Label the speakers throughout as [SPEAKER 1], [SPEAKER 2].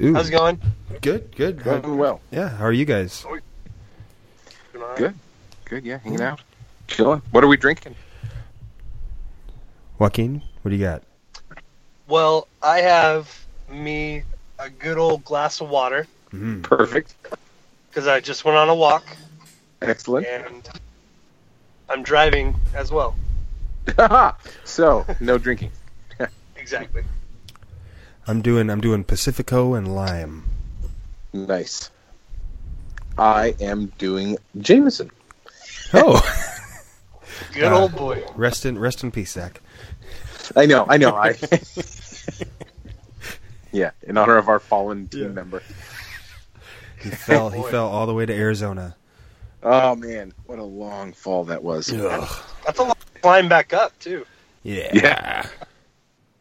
[SPEAKER 1] Ooh,
[SPEAKER 2] How's it going?
[SPEAKER 1] Good, good.
[SPEAKER 3] Going well.
[SPEAKER 1] Yeah, how are you guys?
[SPEAKER 3] Good. Good. Yeah. Hanging out. Chilling. What are we drinking?
[SPEAKER 1] Joaquin, what do you got?
[SPEAKER 2] Well, I have me a good old glass of water
[SPEAKER 1] Mm.
[SPEAKER 3] Perfect.
[SPEAKER 2] because I just went on a walk
[SPEAKER 3] Excellent.
[SPEAKER 2] and I'm driving as well.
[SPEAKER 3] so no drinking.
[SPEAKER 2] Exactly.
[SPEAKER 1] I'm doing I'm doing Pacifico and lime.
[SPEAKER 3] Nice. I am doing Jameson.
[SPEAKER 1] Oh,
[SPEAKER 2] Good
[SPEAKER 1] Uh,
[SPEAKER 2] old boy.
[SPEAKER 1] rest in rest in peace, Zach.
[SPEAKER 3] I know. I know. I. yeah. In honor of our fallen team
[SPEAKER 1] Yeah.
[SPEAKER 3] member.
[SPEAKER 1] He fell he
[SPEAKER 2] Boy.
[SPEAKER 1] fell all the way to Arizona.
[SPEAKER 3] Oh man, what a long fall that was.
[SPEAKER 2] That's a lot to climb back up too.
[SPEAKER 1] Yeah.
[SPEAKER 3] Yeah.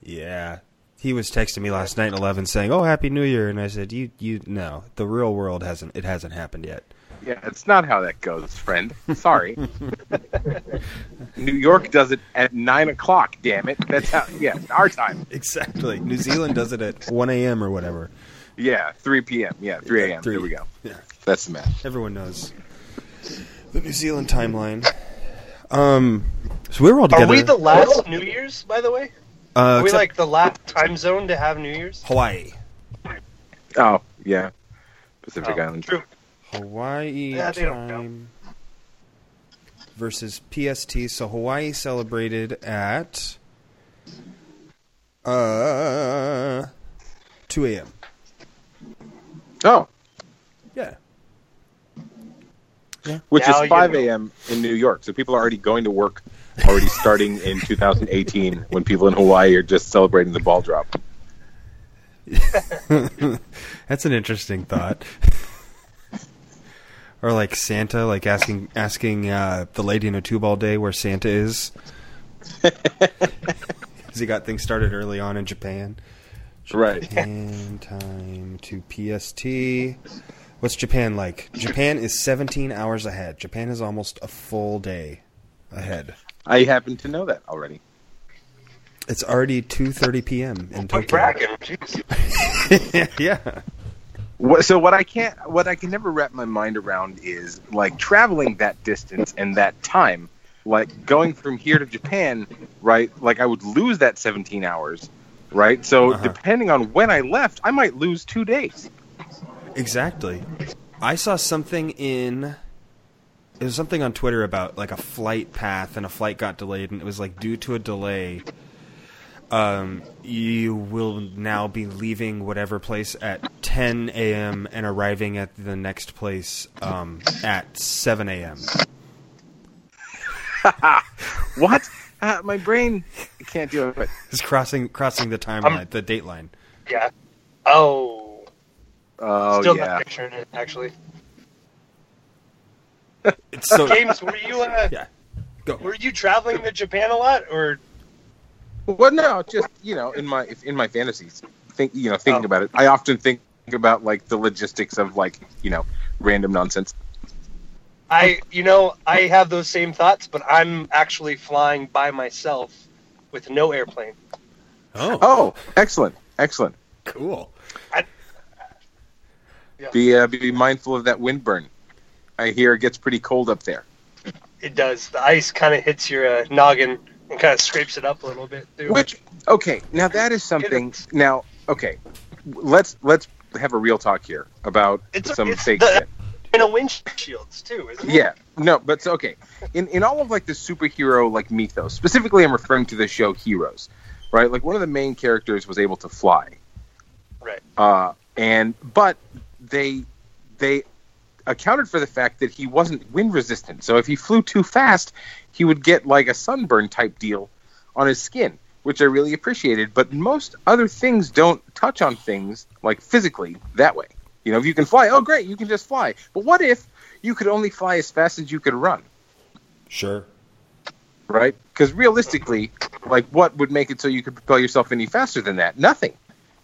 [SPEAKER 1] Yeah. He was texting me last night at eleven saying, "Oh, happy New Year," and I said, "You, you, no, the real world hasn't. It hasn't happened yet."
[SPEAKER 3] Yeah, it's not how that goes, friend. Sorry. New York does it at nine o'clock. Damn it. That's how. Yeah, our time.
[SPEAKER 1] Exactly. New Zealand does it at one a.m. or whatever.
[SPEAKER 3] Yeah, three p.m. Yeah, three a.m. There we go.
[SPEAKER 1] Yeah.
[SPEAKER 3] That's the math.
[SPEAKER 1] Everyone knows the New Zealand timeline. Um, so we were all together.
[SPEAKER 2] Are we the last New Year's, by the way?
[SPEAKER 1] Uh,
[SPEAKER 2] Are we
[SPEAKER 1] except
[SPEAKER 2] like the last time zone to have New Year's?
[SPEAKER 1] Hawaii?
[SPEAKER 3] Oh yeah, Pacific
[SPEAKER 2] Oh,
[SPEAKER 3] Island.
[SPEAKER 2] True.
[SPEAKER 1] Hawaii
[SPEAKER 2] Yeah, they don't
[SPEAKER 1] time versus PST. So Hawaii celebrated at uh two a.m.
[SPEAKER 3] Oh,
[SPEAKER 1] Yeah.
[SPEAKER 3] which
[SPEAKER 2] Now
[SPEAKER 3] is
[SPEAKER 2] you
[SPEAKER 3] five
[SPEAKER 2] know.
[SPEAKER 3] a.m. in New York. So people are already going to work, already starting in 2018 when people in Hawaii are just celebrating the ball drop.
[SPEAKER 1] That's an interesting thought. or like Santa, like asking asking uh, the lady in a tube all day where Santa is. 'Cause he got things started early on in Japan.
[SPEAKER 3] Right.
[SPEAKER 1] Japan time to PST. What's Japan like? Japan is 17 hours ahead. Japan is almost a full day ahead.
[SPEAKER 3] I happen to know that already.
[SPEAKER 1] It's already 2:30 p.m. in
[SPEAKER 2] Quit
[SPEAKER 1] Tokyo.
[SPEAKER 2] bragging. Jeez.
[SPEAKER 1] yeah.
[SPEAKER 3] What, so what I can't, what I can never wrap my mind around is like traveling that distance and that time, like going from here to Japan, right? Like I would lose that 17 hours, right? So
[SPEAKER 1] Uh-huh.
[SPEAKER 3] depending on when I left, I might lose two days.
[SPEAKER 1] Exactly. I saw something in. It was something on Twitter about like a flight path, and a flight got delayed, and it was like due to a delay. Um, you will now be leaving whatever place at 10 a.m. and arriving at the next place um, at 7 a.m.
[SPEAKER 3] What? Uh, my brain can't do it.
[SPEAKER 1] It's crossing crossing the timeline, the date line.
[SPEAKER 2] Yeah. Oh.
[SPEAKER 3] Oh
[SPEAKER 2] Still
[SPEAKER 3] yeah.
[SPEAKER 2] not picturing it actually.
[SPEAKER 1] It's so
[SPEAKER 2] James, were you uh,
[SPEAKER 1] yeah. Go.
[SPEAKER 2] were you traveling to Japan a lot, or
[SPEAKER 3] Well, no, just you know, in my in my fantasies, think you know, thinking
[SPEAKER 2] Oh.
[SPEAKER 3] about it, I often think about like the logistics of like you know, random nonsense.
[SPEAKER 2] I, you know, I have those same thoughts, but I'm actually flying by myself with no airplane.
[SPEAKER 1] Oh,
[SPEAKER 3] Oh, excellent, excellent.
[SPEAKER 1] cool.
[SPEAKER 3] Be uh, be mindful of that wind burn. I hear it gets pretty cold up there.
[SPEAKER 2] It does. The ice kind of hits your uh, noggin and kind of scrapes it up a little bit. Too.
[SPEAKER 3] Which okay, now that is something. Now okay, let's let's have a real talk here about
[SPEAKER 2] It's-
[SPEAKER 3] some
[SPEAKER 2] it's
[SPEAKER 3] fake
[SPEAKER 2] the-
[SPEAKER 3] shit.
[SPEAKER 2] and a windshields too, isn't it?
[SPEAKER 3] Yeah, no, but so, okay. In in all of like the superhero like mythos, specifically, I'm referring to the show Heroes, right? Like one of the main characters was able to fly,
[SPEAKER 2] Right.
[SPEAKER 3] Uh, and but they they accounted for the fact that he wasn't wind resistant. So if he flew too fast, he would get like a sunburn type deal on his skin, which I really appreciated. But most other things don't touch on things like physically that way. You know, if you can fly, oh great, you can just fly. But what if you could only fly as fast as you could run,
[SPEAKER 1] Sure.
[SPEAKER 3] right? Because realistically, like what would make it so you could propel yourself any faster than that? Nothing.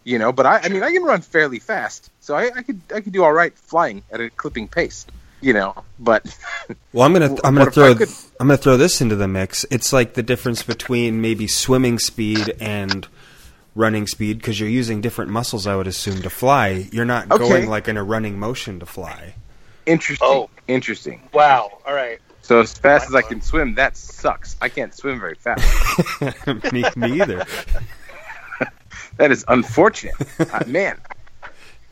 [SPEAKER 3] You know, but I, I mean, I can run fairly fast, so I, I could I could do all right flying at a clipping pace. You know, but
[SPEAKER 1] Well, I'm gonna
[SPEAKER 3] Wh-
[SPEAKER 1] I'm gonna
[SPEAKER 3] what if I
[SPEAKER 1] throw
[SPEAKER 3] could-
[SPEAKER 1] I'm gonna throw this into the mix. It's like the difference between maybe swimming speed and running speed because you're using different muscles. I would assume to fly, you're not
[SPEAKER 3] Okay.
[SPEAKER 1] going like in a running motion to fly.
[SPEAKER 3] Interesting.
[SPEAKER 2] Oh.
[SPEAKER 3] Interesting.
[SPEAKER 2] Wow. All right.
[SPEAKER 3] So as fast as I can swim, that sucks. I can't swim very fast.
[SPEAKER 1] me, me either.
[SPEAKER 3] that is unfortunate. Uh, man,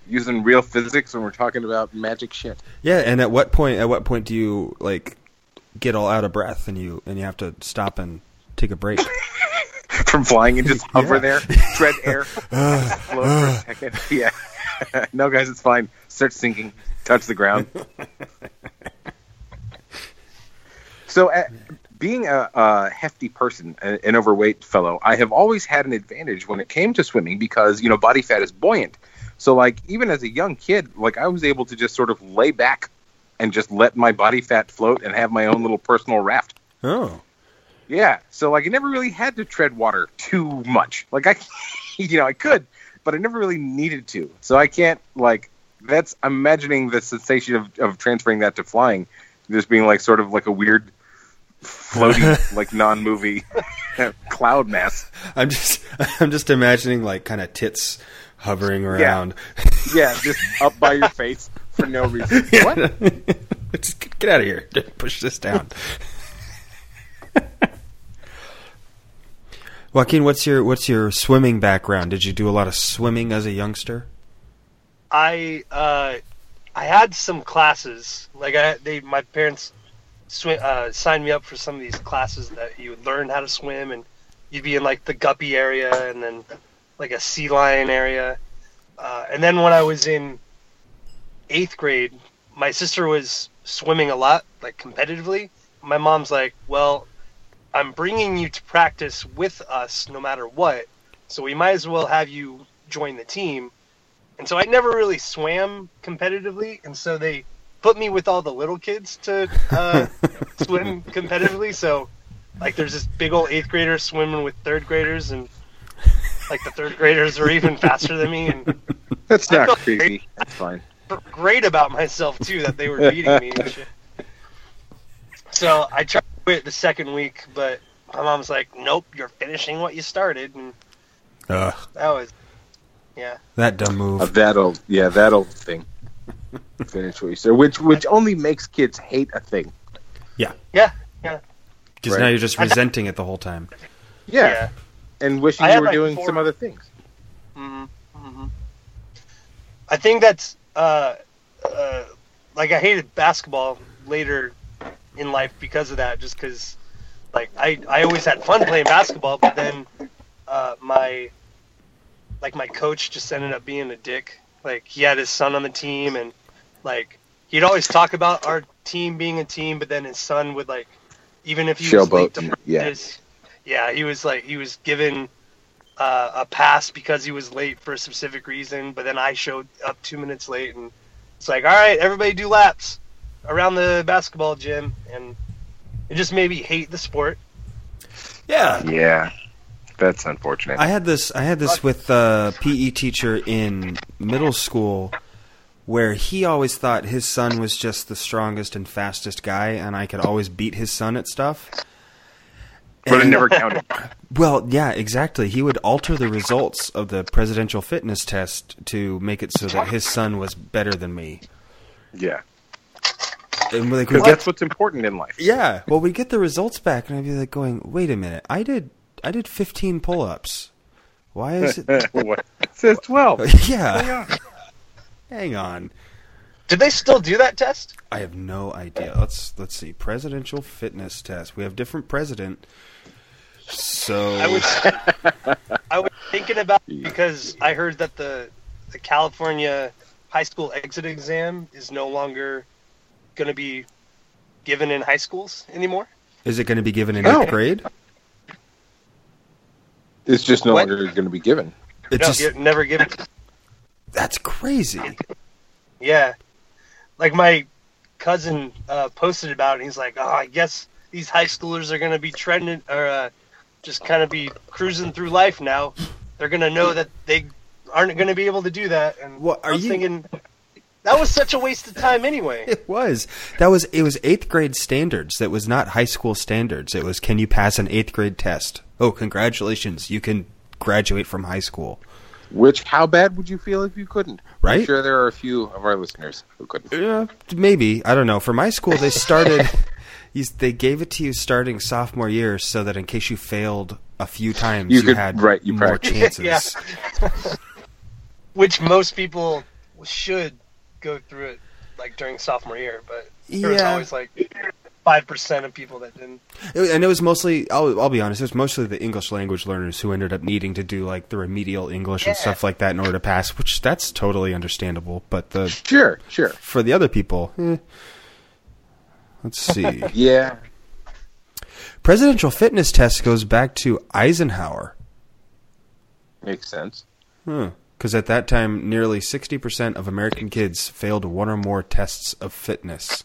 [SPEAKER 3] using real physics when we're talking about magic shit.
[SPEAKER 1] Yeah, and at what point? At what point do you like get all out of breath and you and you have to stop and take a break?
[SPEAKER 3] From flying and just hover
[SPEAKER 1] Yeah.
[SPEAKER 3] there, tread air, float for a second. Yeah. no, guys, it's fine. Start sinking. Touch the ground. so, uh, being a, a hefty person, a- an overweight fellow, I have always had an advantage when it came to swimming because you know body fat is buoyant. So, like even as a young kid, like I was able to just sort of lay back and just let my body fat float and have my own little personal raft.
[SPEAKER 1] Oh,
[SPEAKER 3] Yeah. So like I never really had to tread water too much. Like I you know, I could, but I never really needed to. So I can't like that's I'm imagining the sensation of, of transferring that to flying, just being like sort of like a weird floaty like non movie cloud mass.
[SPEAKER 1] I'm just I'm just imagining like kind of tits hovering around.
[SPEAKER 3] Yeah, just up by your face for no reason. What?
[SPEAKER 1] just get, get out of here. Push this down. Joaquin, what's your what's your swimming background? Did you do a lot of swimming as a youngster?
[SPEAKER 2] I uh, I had some classes. Like I, they, my parents swi uh, signed me up for some of these classes that you would learn how to swim, and you'd be in like the guppy area, and then like a sea lion area. Uh, and then when I was in eighth grade, my sister was swimming a lot, like competitively. My mom's like, "Well, I'm bringing you to practice with us, no matter what. So we might as well have you join the team." And so I never really swam competitively, and so they put me with all the little kids to uh, swim competitively. So, like, there's this big old eighth grader swimming with third graders, and like the third graders are even faster than me, and
[SPEAKER 3] That's
[SPEAKER 2] I
[SPEAKER 3] not
[SPEAKER 2] felt
[SPEAKER 3] creepy. That's fine.
[SPEAKER 2] great about myself too that they were beating me. And shit. So I tried to quit the second week, but my mom's like, "Nope, you're finishing what you started," and
[SPEAKER 1] Ugh,
[SPEAKER 2] that was, yeah.
[SPEAKER 1] that dumb
[SPEAKER 3] Of
[SPEAKER 1] move.
[SPEAKER 3] that old yeah, that old thing. Finish what you said. Which which only makes kids hate a thing.
[SPEAKER 2] Yeah, yeah,
[SPEAKER 1] Because
[SPEAKER 3] Right.
[SPEAKER 1] now you're just resenting it the whole time.
[SPEAKER 3] Yeah. And wishing
[SPEAKER 2] I
[SPEAKER 3] you
[SPEAKER 2] had,
[SPEAKER 3] were
[SPEAKER 2] like,
[SPEAKER 3] doing
[SPEAKER 2] four-
[SPEAKER 3] some other things.
[SPEAKER 2] Mm-hmm. I think that's uh, uh, like I hated basketball later in life because of that. Just because, like, I I always had fun playing basketball, but then uh, my like my coach just ended up being a dick. Like he had his son on the team, and like he'd always talk about our team being a team, but then his son would like even if he was late
[SPEAKER 3] Showboat,
[SPEAKER 2] to
[SPEAKER 3] and-
[SPEAKER 2] practice,
[SPEAKER 3] yeah.
[SPEAKER 2] yeah, he was like he was given uh, a pass because he was late for a specific reason, but then I showed up two minutes late, and it's like, all right, everybody do laps around the basketball gym, and it just made me hate the sport.
[SPEAKER 1] Yeah,
[SPEAKER 3] Yeah, that's unfortunate.
[SPEAKER 1] I had this. I had this with a PE teacher in middle school, where he always thought his son was just the strongest and fastest guy, and I could always beat his son at stuff.
[SPEAKER 3] but it
[SPEAKER 1] And-
[SPEAKER 3] never counted.
[SPEAKER 1] Well, yeah, exactly. He would alter the results of the presidential fitness test to make it so that his son was better than me.
[SPEAKER 3] Yeah,
[SPEAKER 1] And we're like,
[SPEAKER 3] because
[SPEAKER 1] "What?"
[SPEAKER 3] that's what's important in life.
[SPEAKER 1] Yeah. Well, we get the results back, and I'd be like, going, wait a minute, I did, I did 15 pull-ups. Why is it?
[SPEAKER 3] What- it says twelve.
[SPEAKER 1] yeah. Hang on.
[SPEAKER 2] Did they still do that test?
[SPEAKER 1] I have no idea. Let's let's see. Presidential fitness test. We have different president. So
[SPEAKER 2] I was I was thinking about it because I heard that the the California high school exit exam is no longer going to be given in high schools anymore.
[SPEAKER 1] is it going to be given in
[SPEAKER 3] No.
[SPEAKER 1] eighth grade?
[SPEAKER 3] It's just no
[SPEAKER 2] What?
[SPEAKER 3] longer going to be given.
[SPEAKER 1] It's
[SPEAKER 2] No,
[SPEAKER 1] just
[SPEAKER 2] you never given.
[SPEAKER 1] that's crazy.
[SPEAKER 2] Yeah. Like my cousin uh, posted about it. And he's like, oh, I guess these high schoolers are going to be trending or uh, just kind of be cruising through life now. They're going to know that they aren't going to be able to do that. And
[SPEAKER 1] What, are
[SPEAKER 2] I was
[SPEAKER 1] you-
[SPEAKER 2] thinking, that was such a waste of time anyway.
[SPEAKER 1] It was. That was it was eighth grade standards. That was not high school standards. It was can you pass an eighth grade test? Oh, congratulations, you can graduate from high school.
[SPEAKER 3] Which, how bad would you feel if you couldn't?
[SPEAKER 1] Right?
[SPEAKER 3] I'm sure there are a few of our listeners who couldn't.
[SPEAKER 1] Uh, maybe I don't know. For my school, they started. you, they gave it to you starting sophomore year, so that in case you failed a few times,
[SPEAKER 3] You
[SPEAKER 1] you,
[SPEAKER 3] could-
[SPEAKER 1] had
[SPEAKER 3] right, you
[SPEAKER 1] more
[SPEAKER 3] practiced.
[SPEAKER 1] chances.
[SPEAKER 2] Yeah. Which most people should go through it like during sophomore year, but there was
[SPEAKER 1] Yeah.
[SPEAKER 2] always like five percent of people that didn't.
[SPEAKER 1] It- and it was mostly. I'll, I'll be honest. It was mostly the English language learners who ended up needing to do like the remedial English and
[SPEAKER 2] Yeah.
[SPEAKER 1] stuff like that in order to pass, which that's totally understandable. But the
[SPEAKER 3] Sure, sure.
[SPEAKER 1] for the other people, eh. let's see.
[SPEAKER 3] Yeah.
[SPEAKER 1] Presidential fitness test goes back to Eisenhower.
[SPEAKER 3] Makes sense.
[SPEAKER 1] Because at that time, nearly 60% of American kids failed one or more tests of fitness,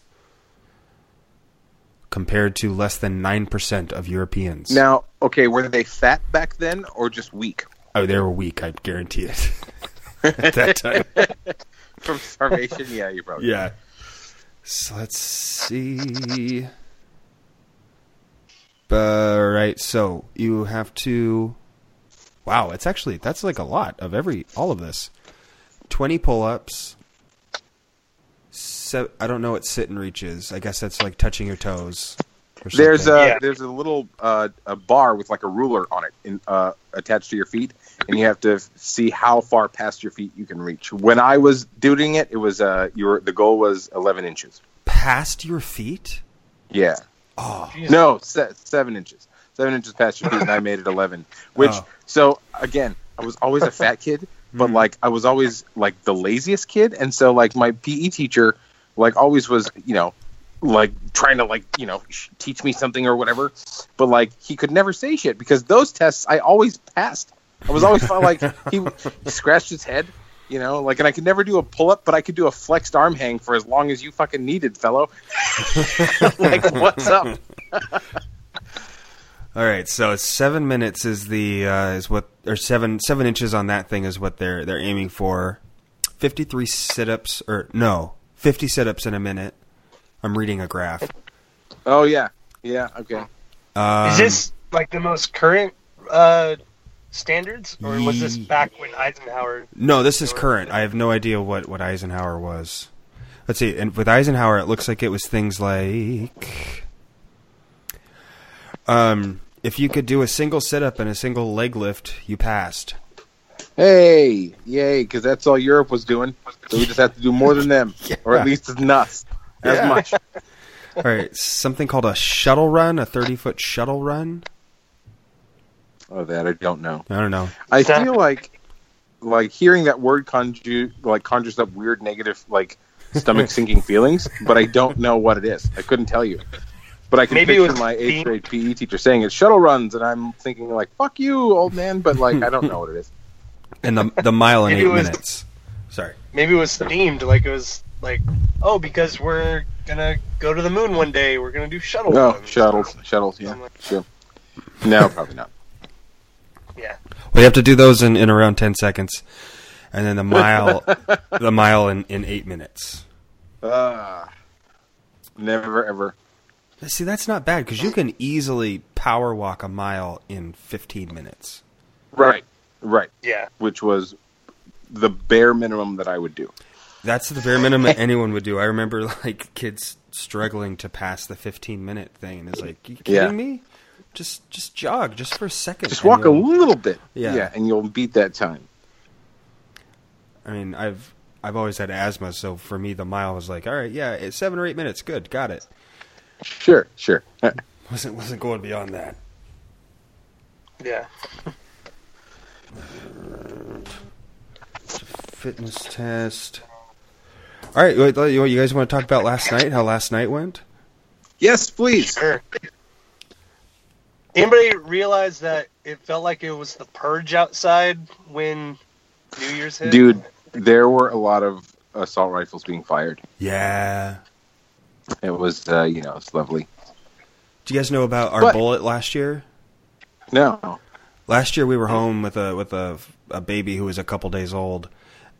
[SPEAKER 1] compared to less than 9% of Europeans.
[SPEAKER 3] Now, okay, were they fat back then or just weak
[SPEAKER 1] oh, they were weak, I guarantee it. at that time.
[SPEAKER 3] from starvation? yeah, you probably.
[SPEAKER 1] Yeah. So let's see. All right. So you have to. Wow, it's actually that's like a lot of every all of this. Twenty pull-ups. So I don't know what sit and reach is. I guess that's like touching your toes. Or
[SPEAKER 3] There's a
[SPEAKER 1] something.
[SPEAKER 2] Yeah.
[SPEAKER 3] there's a little uh, a bar with like a ruler on it in, uh, attached to your feet, and you have to f- see how far past your feet you can reach. When I was doing it, it was uh, you were, the goal was 11 inches.
[SPEAKER 1] past your feet.
[SPEAKER 3] Yeah,
[SPEAKER 1] Oh,
[SPEAKER 3] no, se- seven inches, seven inches past your feet, and I made it 11. Which
[SPEAKER 1] Oh. Hmm.
[SPEAKER 3] so again, I was always a fat kid, but like I was always like the laziest kid, and so like my PE teacher like always was you know like trying to like you know sh- teach me something or whatever but like he could never say shit because those tests i always passed i was always felt like he, he scratched his head you know like and i could never do a pull-up but i could do a flexed arm hang for as long as you fucking needed fellow like what's up
[SPEAKER 1] all right. So seven minutes is the uh, is what or seven seven inches on that thing is what they're they're aiming for. Fifty three sit ups or no fifty sit ups in a minute. I'm reading a graph.
[SPEAKER 3] oh yeah yeah okay
[SPEAKER 1] Um,
[SPEAKER 2] Is this like the most current uh, standards, or was this
[SPEAKER 1] Ye-
[SPEAKER 2] back when Eisenhower?
[SPEAKER 1] No, this is current. I have no idea what, what Eisenhower was. Let's see. And with Eisenhower, it looks like it was things like, um, if you could do a single sit up and a single leg lift, you passed.
[SPEAKER 3] hey yay because that's all europe was doing so we just have to do more than them or at least nuts as
[SPEAKER 1] Yeah.
[SPEAKER 3] much
[SPEAKER 1] All right, something called a shuttle run, a thirty foot shuttle run.
[SPEAKER 3] oh that i don't know
[SPEAKER 1] I don't know.
[SPEAKER 3] I
[SPEAKER 2] Yeah.
[SPEAKER 3] feel like like hearing that word conju like conjures up weird negative like stomach sinking feelings, but I don't know what it is. I couldn't tell you. But I can
[SPEAKER 2] Maybe it
[SPEAKER 3] picture
[SPEAKER 2] was
[SPEAKER 3] my eighth
[SPEAKER 2] being-
[SPEAKER 3] grade PE E teacher saying it's shuttle runs, and I'm thinking like "fuck you, old man," but like I don't know what it is.
[SPEAKER 1] And the the mile in
[SPEAKER 2] Maybe
[SPEAKER 1] eight
[SPEAKER 2] it was-
[SPEAKER 1] minutes. Sorry.
[SPEAKER 2] Maybe it was themed, like it was like, oh, because we're gonna go to the moon one day, we're gonna do shuttle.
[SPEAKER 3] No
[SPEAKER 2] runs.
[SPEAKER 3] Oh, shuttles, shuttles, yeah, sure. No, probably not.
[SPEAKER 2] Yeah,
[SPEAKER 1] We have to do those in, in around ten seconds, and then the mile the mile in, in eight minutes.
[SPEAKER 3] Uh, never ever.
[SPEAKER 1] See, that's not bad because you can easily power walk a mile in 15 minutes.
[SPEAKER 3] Right, right.
[SPEAKER 2] yeah.
[SPEAKER 3] Which was the bare minimum that I would do.
[SPEAKER 1] That's the bare minimum anyone would do. I remember like kids struggling to pass the 15 minute thing, and it's like, you kidding
[SPEAKER 3] Yeah.
[SPEAKER 1] me? Just just jog just for a second.
[SPEAKER 3] Just
[SPEAKER 1] and
[SPEAKER 3] walk a
[SPEAKER 1] you'll-
[SPEAKER 3] little bit,
[SPEAKER 1] Yeah.
[SPEAKER 3] yeah, and you'll beat that time.
[SPEAKER 1] I mean, I've I've always had asthma, so for me the mile was like, all right, yeah, it's seven or eight minutes, good, got it.
[SPEAKER 3] Sure, sure. Uh,
[SPEAKER 1] wasn't wasn't going beyond that.
[SPEAKER 2] Yeah.
[SPEAKER 1] Fitness test. All right, wait, you you guys want to talk about last night? How last night went?
[SPEAKER 3] Yes, please.
[SPEAKER 2] Sure. Anybody realize that it felt like it was the purge outside when New Year's hit?
[SPEAKER 3] Dude, there were a lot of assault rifles being fired.
[SPEAKER 1] Yeah.
[SPEAKER 3] It was, uh, you know, it's lovely.
[SPEAKER 1] Do you guys know about our
[SPEAKER 3] What?
[SPEAKER 1] bullet last year?
[SPEAKER 3] No.
[SPEAKER 1] Last year we were home with a with a a baby who was a couple days old,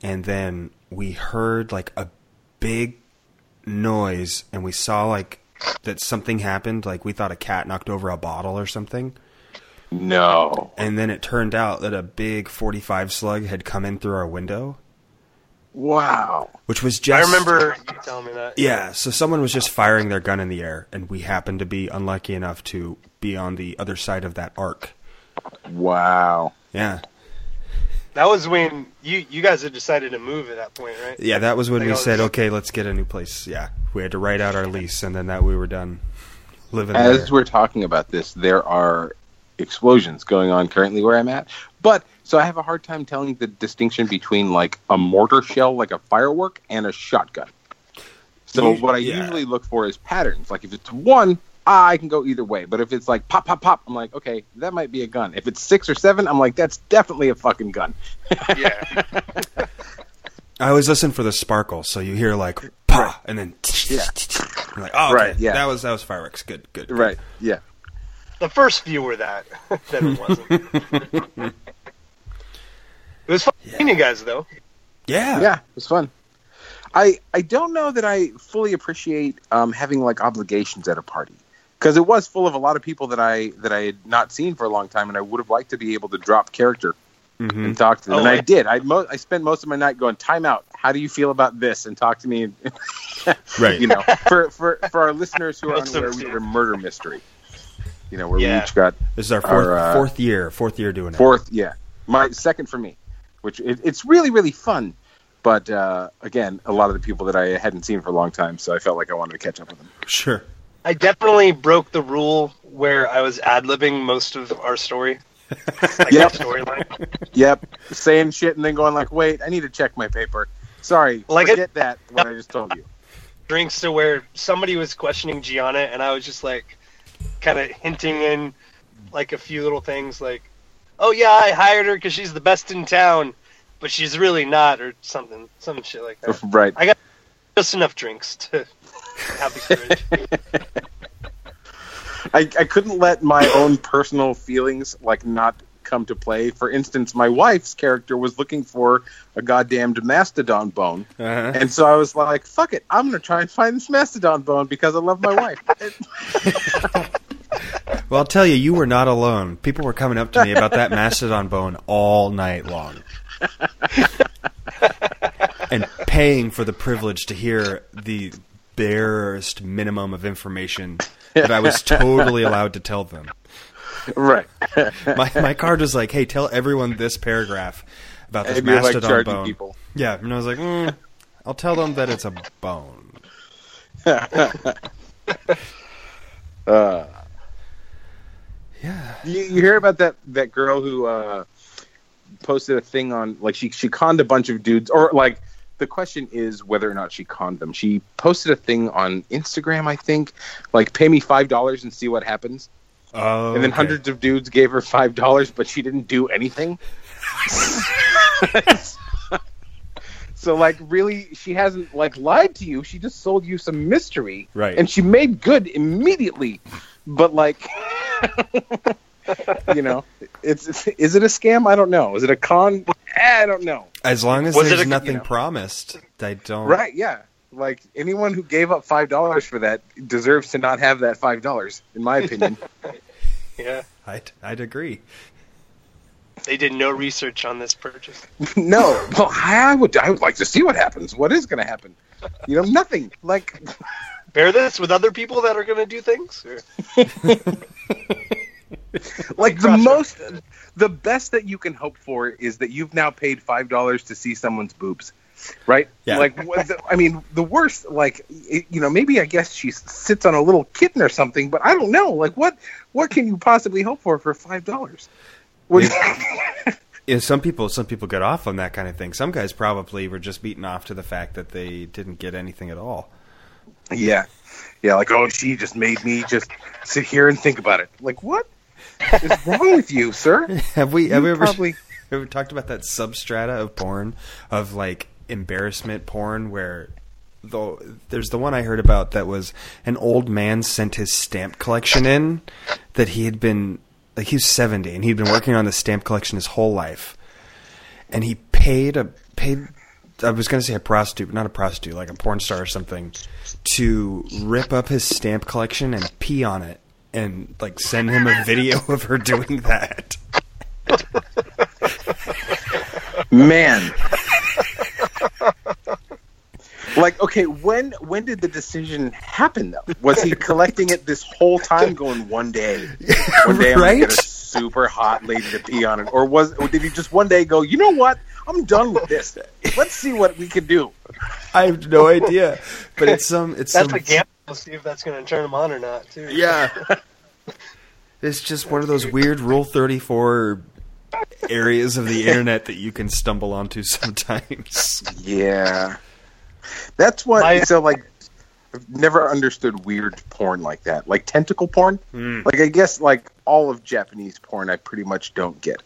[SPEAKER 1] and then we heard like a big noise, and we saw like that something happened. Like we thought a cat knocked over a bottle or something.
[SPEAKER 3] No.
[SPEAKER 1] and then it turned out that a big 45 slug had come in through our window,
[SPEAKER 3] Wow.
[SPEAKER 1] which was
[SPEAKER 2] I
[SPEAKER 1] just
[SPEAKER 2] remember you telling me that.
[SPEAKER 1] Yeah, so someone was just firing their gun in the air and we happened to be unlucky enough to be on the other side of that arc.
[SPEAKER 3] Wow.
[SPEAKER 1] Yeah.
[SPEAKER 2] That was when you you guys had decided to move at that point, right?
[SPEAKER 1] Yeah, that was when
[SPEAKER 2] Like,
[SPEAKER 1] we
[SPEAKER 2] I was-
[SPEAKER 1] said, "Okay, let's get a new place." Yeah. We had to write out our lease and then that we were done living there.
[SPEAKER 3] As we're talking about this, there are explosions going on currently where I'm at. But so I have a hard time telling the distinction between like a mortar shell, like a firework, and a shotgun. So
[SPEAKER 1] You-
[SPEAKER 3] what I
[SPEAKER 1] yeah.
[SPEAKER 3] usually look for is patterns. Like if it's one, ah, I can go either way. But if it's like pop, pop, pop, I'm like, okay, that might be a gun. If it's six or seven, I'm like, that's definitely a fucking gun.
[SPEAKER 2] Yeah.
[SPEAKER 1] I always listen for the sparkle, so you hear like pa and then
[SPEAKER 3] Yeah.
[SPEAKER 1] You're like, "Oh, okay,
[SPEAKER 3] Right, yeah.
[SPEAKER 1] That was that was fireworks. Good, good. good.
[SPEAKER 3] Right. Yeah.
[SPEAKER 2] the first few were that. then it wasn't. it was fun seeing you guys though.
[SPEAKER 1] Yeah.
[SPEAKER 3] yeah, it was fun. I I don't know that I fully appreciate um, having like obligations at a party because it was full of a lot of people that I that I had not seen for a long time, and I would have liked to be able to drop character
[SPEAKER 1] Mhm.
[SPEAKER 3] and talk to them,
[SPEAKER 2] Oh,
[SPEAKER 3] and I
[SPEAKER 2] yeah.
[SPEAKER 3] did. I mo- I spent most of my night going time out. How do you feel about this? And talk to me, and,
[SPEAKER 1] Right.
[SPEAKER 3] you know, for for for our listeners who are
[SPEAKER 2] Most of
[SPEAKER 3] unaware,
[SPEAKER 2] us
[SPEAKER 3] we
[SPEAKER 2] do.
[SPEAKER 3] were murder mystery. You know, where
[SPEAKER 2] Yeah.
[SPEAKER 3] we each got
[SPEAKER 1] This is our fourth
[SPEAKER 3] Our, uh,
[SPEAKER 1] fourth year, fourth year doing it.
[SPEAKER 3] fourth yeah my second for me which it, it's really really fun but uh, again a lot of the people that i hadn't seen for a long time so i felt like i wanted to catch up with them
[SPEAKER 1] Sure.
[SPEAKER 2] I definitely broke the rule where I was ad libbing most of our story. Like
[SPEAKER 3] Yep.
[SPEAKER 2] our storyline.
[SPEAKER 3] yep saying shit and then going like wait i need to check my paper sorry
[SPEAKER 2] Like
[SPEAKER 3] forget that what i just told you
[SPEAKER 2] Drinks to where somebody was questioning Gianna and I was just like kind of hinting in like a few little things like, oh yeah, I hired her because she's the best in town, but she's really not or something, some shit like that.
[SPEAKER 3] right
[SPEAKER 2] Just enough drinks to have the courage.
[SPEAKER 3] I, I couldn't let my own personal feelings like not come to play for instance my wife's character was looking for a goddamned mastodon bone
[SPEAKER 1] Uh-huh.
[SPEAKER 3] and so i was like fuck it i'm gonna try and find this mastodon bone because i love my wife
[SPEAKER 1] Well, I'll tell you, you were not alone. People were coming up to me about that mastodon bone all night long. and paying for the privilege to hear the barest minimum of information that I was totally allowed to tell them.
[SPEAKER 3] right
[SPEAKER 1] My my card was like, "Hey, tell everyone this paragraph about this
[SPEAKER 3] Maybe you're, like
[SPEAKER 1] mastodon
[SPEAKER 3] charging
[SPEAKER 1] bone."
[SPEAKER 3] people.
[SPEAKER 1] Yeah, and I was like, mm, "I'll tell them that it's a bone."
[SPEAKER 3] Uh,
[SPEAKER 1] Yeah.
[SPEAKER 3] you, you hear about that that girl who uh, posted a thing on like she she conned a bunch of dudes or like the question is whether or not she conned them. She posted a thing on Instagram, I think, like pay me five dollars and see what happens.
[SPEAKER 1] Oh,
[SPEAKER 3] And then
[SPEAKER 1] okay.
[SPEAKER 3] hundreds of dudes gave her five dollars, but she didn't do anything. so like really she hasn't like lied to you. She just sold you some mystery.
[SPEAKER 1] Right.
[SPEAKER 3] And she made good immediately. But like you know, it's, it's is it a scam? I don't know. Is it a con? Eh, I don't know.
[SPEAKER 1] As long as
[SPEAKER 2] Was it
[SPEAKER 1] there's
[SPEAKER 2] a- you
[SPEAKER 1] nothing
[SPEAKER 3] know.
[SPEAKER 1] promised, I don't.
[SPEAKER 3] Right, yeah. Like anyone who gave up five dollars for that deserves to not have that five dollars, in my opinion.
[SPEAKER 2] Yeah.
[SPEAKER 1] I'd, I'd agree.
[SPEAKER 2] They did no research on this purchase.
[SPEAKER 3] No, well, I would. I would like to see what happens. What is going to happen? You know, nothing. Like,
[SPEAKER 2] Pair this with other people that are going to do things? Or-
[SPEAKER 3] like the
[SPEAKER 2] Gotcha.
[SPEAKER 3] most, the best that you can hope for is that you've now paid five dollars to see someone's boobs, right?
[SPEAKER 1] Yeah.
[SPEAKER 3] Like, what the, I mean, the worst. Like, it, you know, maybe I guess she sits on a little kitten or something, but I don't know. Like, what, what can you possibly hope for for five dollars? Would-
[SPEAKER 1] Yeah, some people some people get off on that kind of thing. Some guys probably were just beaten off to the fact that they didn't get anything at all.
[SPEAKER 3] Yeah. Yeah, like, oh, she just made me just sit here and think about it. Like, what is wrong with you, sir?
[SPEAKER 1] Have we have
[SPEAKER 3] You
[SPEAKER 1] we ever,
[SPEAKER 3] probably-
[SPEAKER 1] ever talked about that substrata of porn of like embarrassment porn where though there's the one I heard about that was an old man sent his stamp collection in that he had been like he was 70 and he'd been working on the stamp collection his whole life. And he paid a paid I was going to say a prostitute, but not a prostitute, like a porn star or something, to rip up his stamp collection and pee on it and like send him a video of her doing that.
[SPEAKER 3] Man. like okay, when when did the decision happen though? Was he collecting it this whole time going one day? One day I'm gonna
[SPEAKER 1] Right?
[SPEAKER 3] get a super hot lady to pee on it or was or did he just one day go, "You know what? I'm done with this. Let's see what we can do."
[SPEAKER 1] I have no idea, but it's some it's
[SPEAKER 2] That's
[SPEAKER 1] some
[SPEAKER 2] a gamble. We'll see if that's going to turn him on or not, too.
[SPEAKER 1] yeah. It's just one of those weird Rule Thirty Four areas of the internet that you can stumble onto sometimes.
[SPEAKER 3] Yeah. That's what
[SPEAKER 2] My-
[SPEAKER 3] so like I've never understood weird porn like that. Like tentacle porn?
[SPEAKER 2] Hmm.
[SPEAKER 1] Mm.
[SPEAKER 3] Like I guess like all of Japanese porn I pretty much don't get.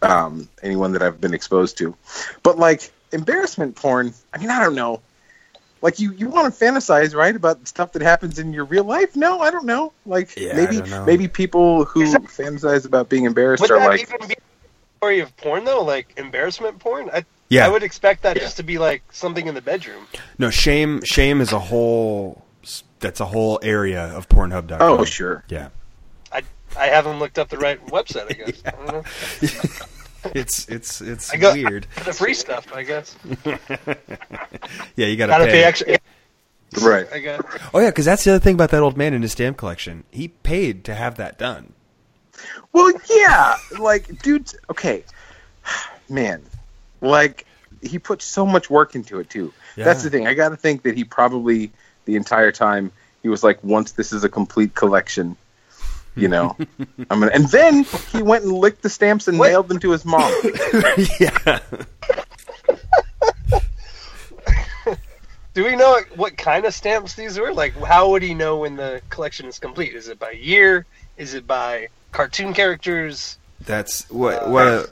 [SPEAKER 3] Um anyone that I've been exposed to. But like embarrassment porn, I mean I don't know. Like you you want to fantasize, right, about stuff that happens in your real life? No, I don't know. Like
[SPEAKER 1] Yeah, I
[SPEAKER 3] maybe
[SPEAKER 1] don't know.
[SPEAKER 3] maybe people who
[SPEAKER 2] Is that-
[SPEAKER 3] fantasize about being embarrassed
[SPEAKER 2] Would
[SPEAKER 3] are
[SPEAKER 2] that
[SPEAKER 3] like
[SPEAKER 2] even be a story of porn, though? Like embarrassment porn? I,
[SPEAKER 1] Yeah,
[SPEAKER 2] I would expect that just to be like something in the bedroom.
[SPEAKER 1] no shame. Shame is a whole that's a whole area of Pornhub.com.
[SPEAKER 3] Oh, sure.
[SPEAKER 1] yeah.
[SPEAKER 2] I, I haven't looked up the right website, I guess. I don't know.
[SPEAKER 1] It's it's it's
[SPEAKER 2] I got-
[SPEAKER 1] weird.
[SPEAKER 2] The free stuff, I guess.
[SPEAKER 1] Yeah, you gotta,
[SPEAKER 2] Gotta
[SPEAKER 1] pay.
[SPEAKER 2] pay extra.
[SPEAKER 3] Right.
[SPEAKER 2] I guess.
[SPEAKER 1] Oh yeah, because that's the other thing about that old man and his stamp collection. He paid to have that done.
[SPEAKER 3] Well, yeah, like, dude, okay, man, like, he put so much work into it too. That's
[SPEAKER 1] Yeah.
[SPEAKER 3] the thing. I got to think that he probably the entire time he was like, once this is a complete collection, you know, I'm gonna. And then he went and licked the stamps and
[SPEAKER 2] What?
[SPEAKER 3] mailed them to his mom.
[SPEAKER 1] yeah.
[SPEAKER 2] Do we know what kind of stamps these were? Like, how would he know when the collection is complete? Is it by year? Is it by cartoon characters?
[SPEAKER 1] That's what what a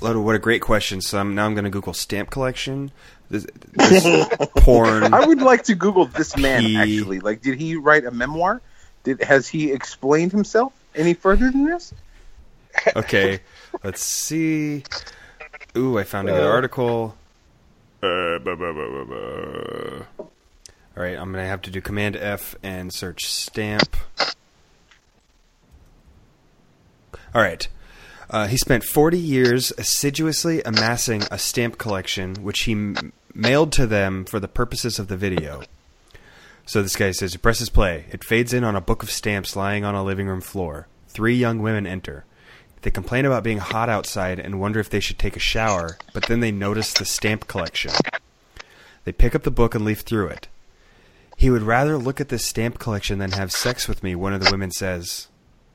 [SPEAKER 1] Loda, what a great question. So I'm, now I'm going to Google stamp collection, this, this porn.
[SPEAKER 3] I would like to Google this man
[SPEAKER 1] He-
[SPEAKER 3] actually. Like, did he write a memoir? Did has he explained himself any further than this?
[SPEAKER 1] Okay, let's see. Ooh, I found a good
[SPEAKER 2] Uh.
[SPEAKER 1] article. Uh, buh, buh, buh, buh, buh. All right, I'm going to have to do Command F and search stamp. All right. Uh, he spent 40 years assiduously amassing a stamp collection, which he m- mailed to them for the purposes of the video. So this guy says, he presses play. It fades in on a book of stamps lying on a living room floor. Three young women enter. They complain about being hot outside and wonder if they should take a shower, but then they notice the stamp collection. They pick up the book and leaf through it. He would rather look at this stamp collection than have sex with me, one of the women says.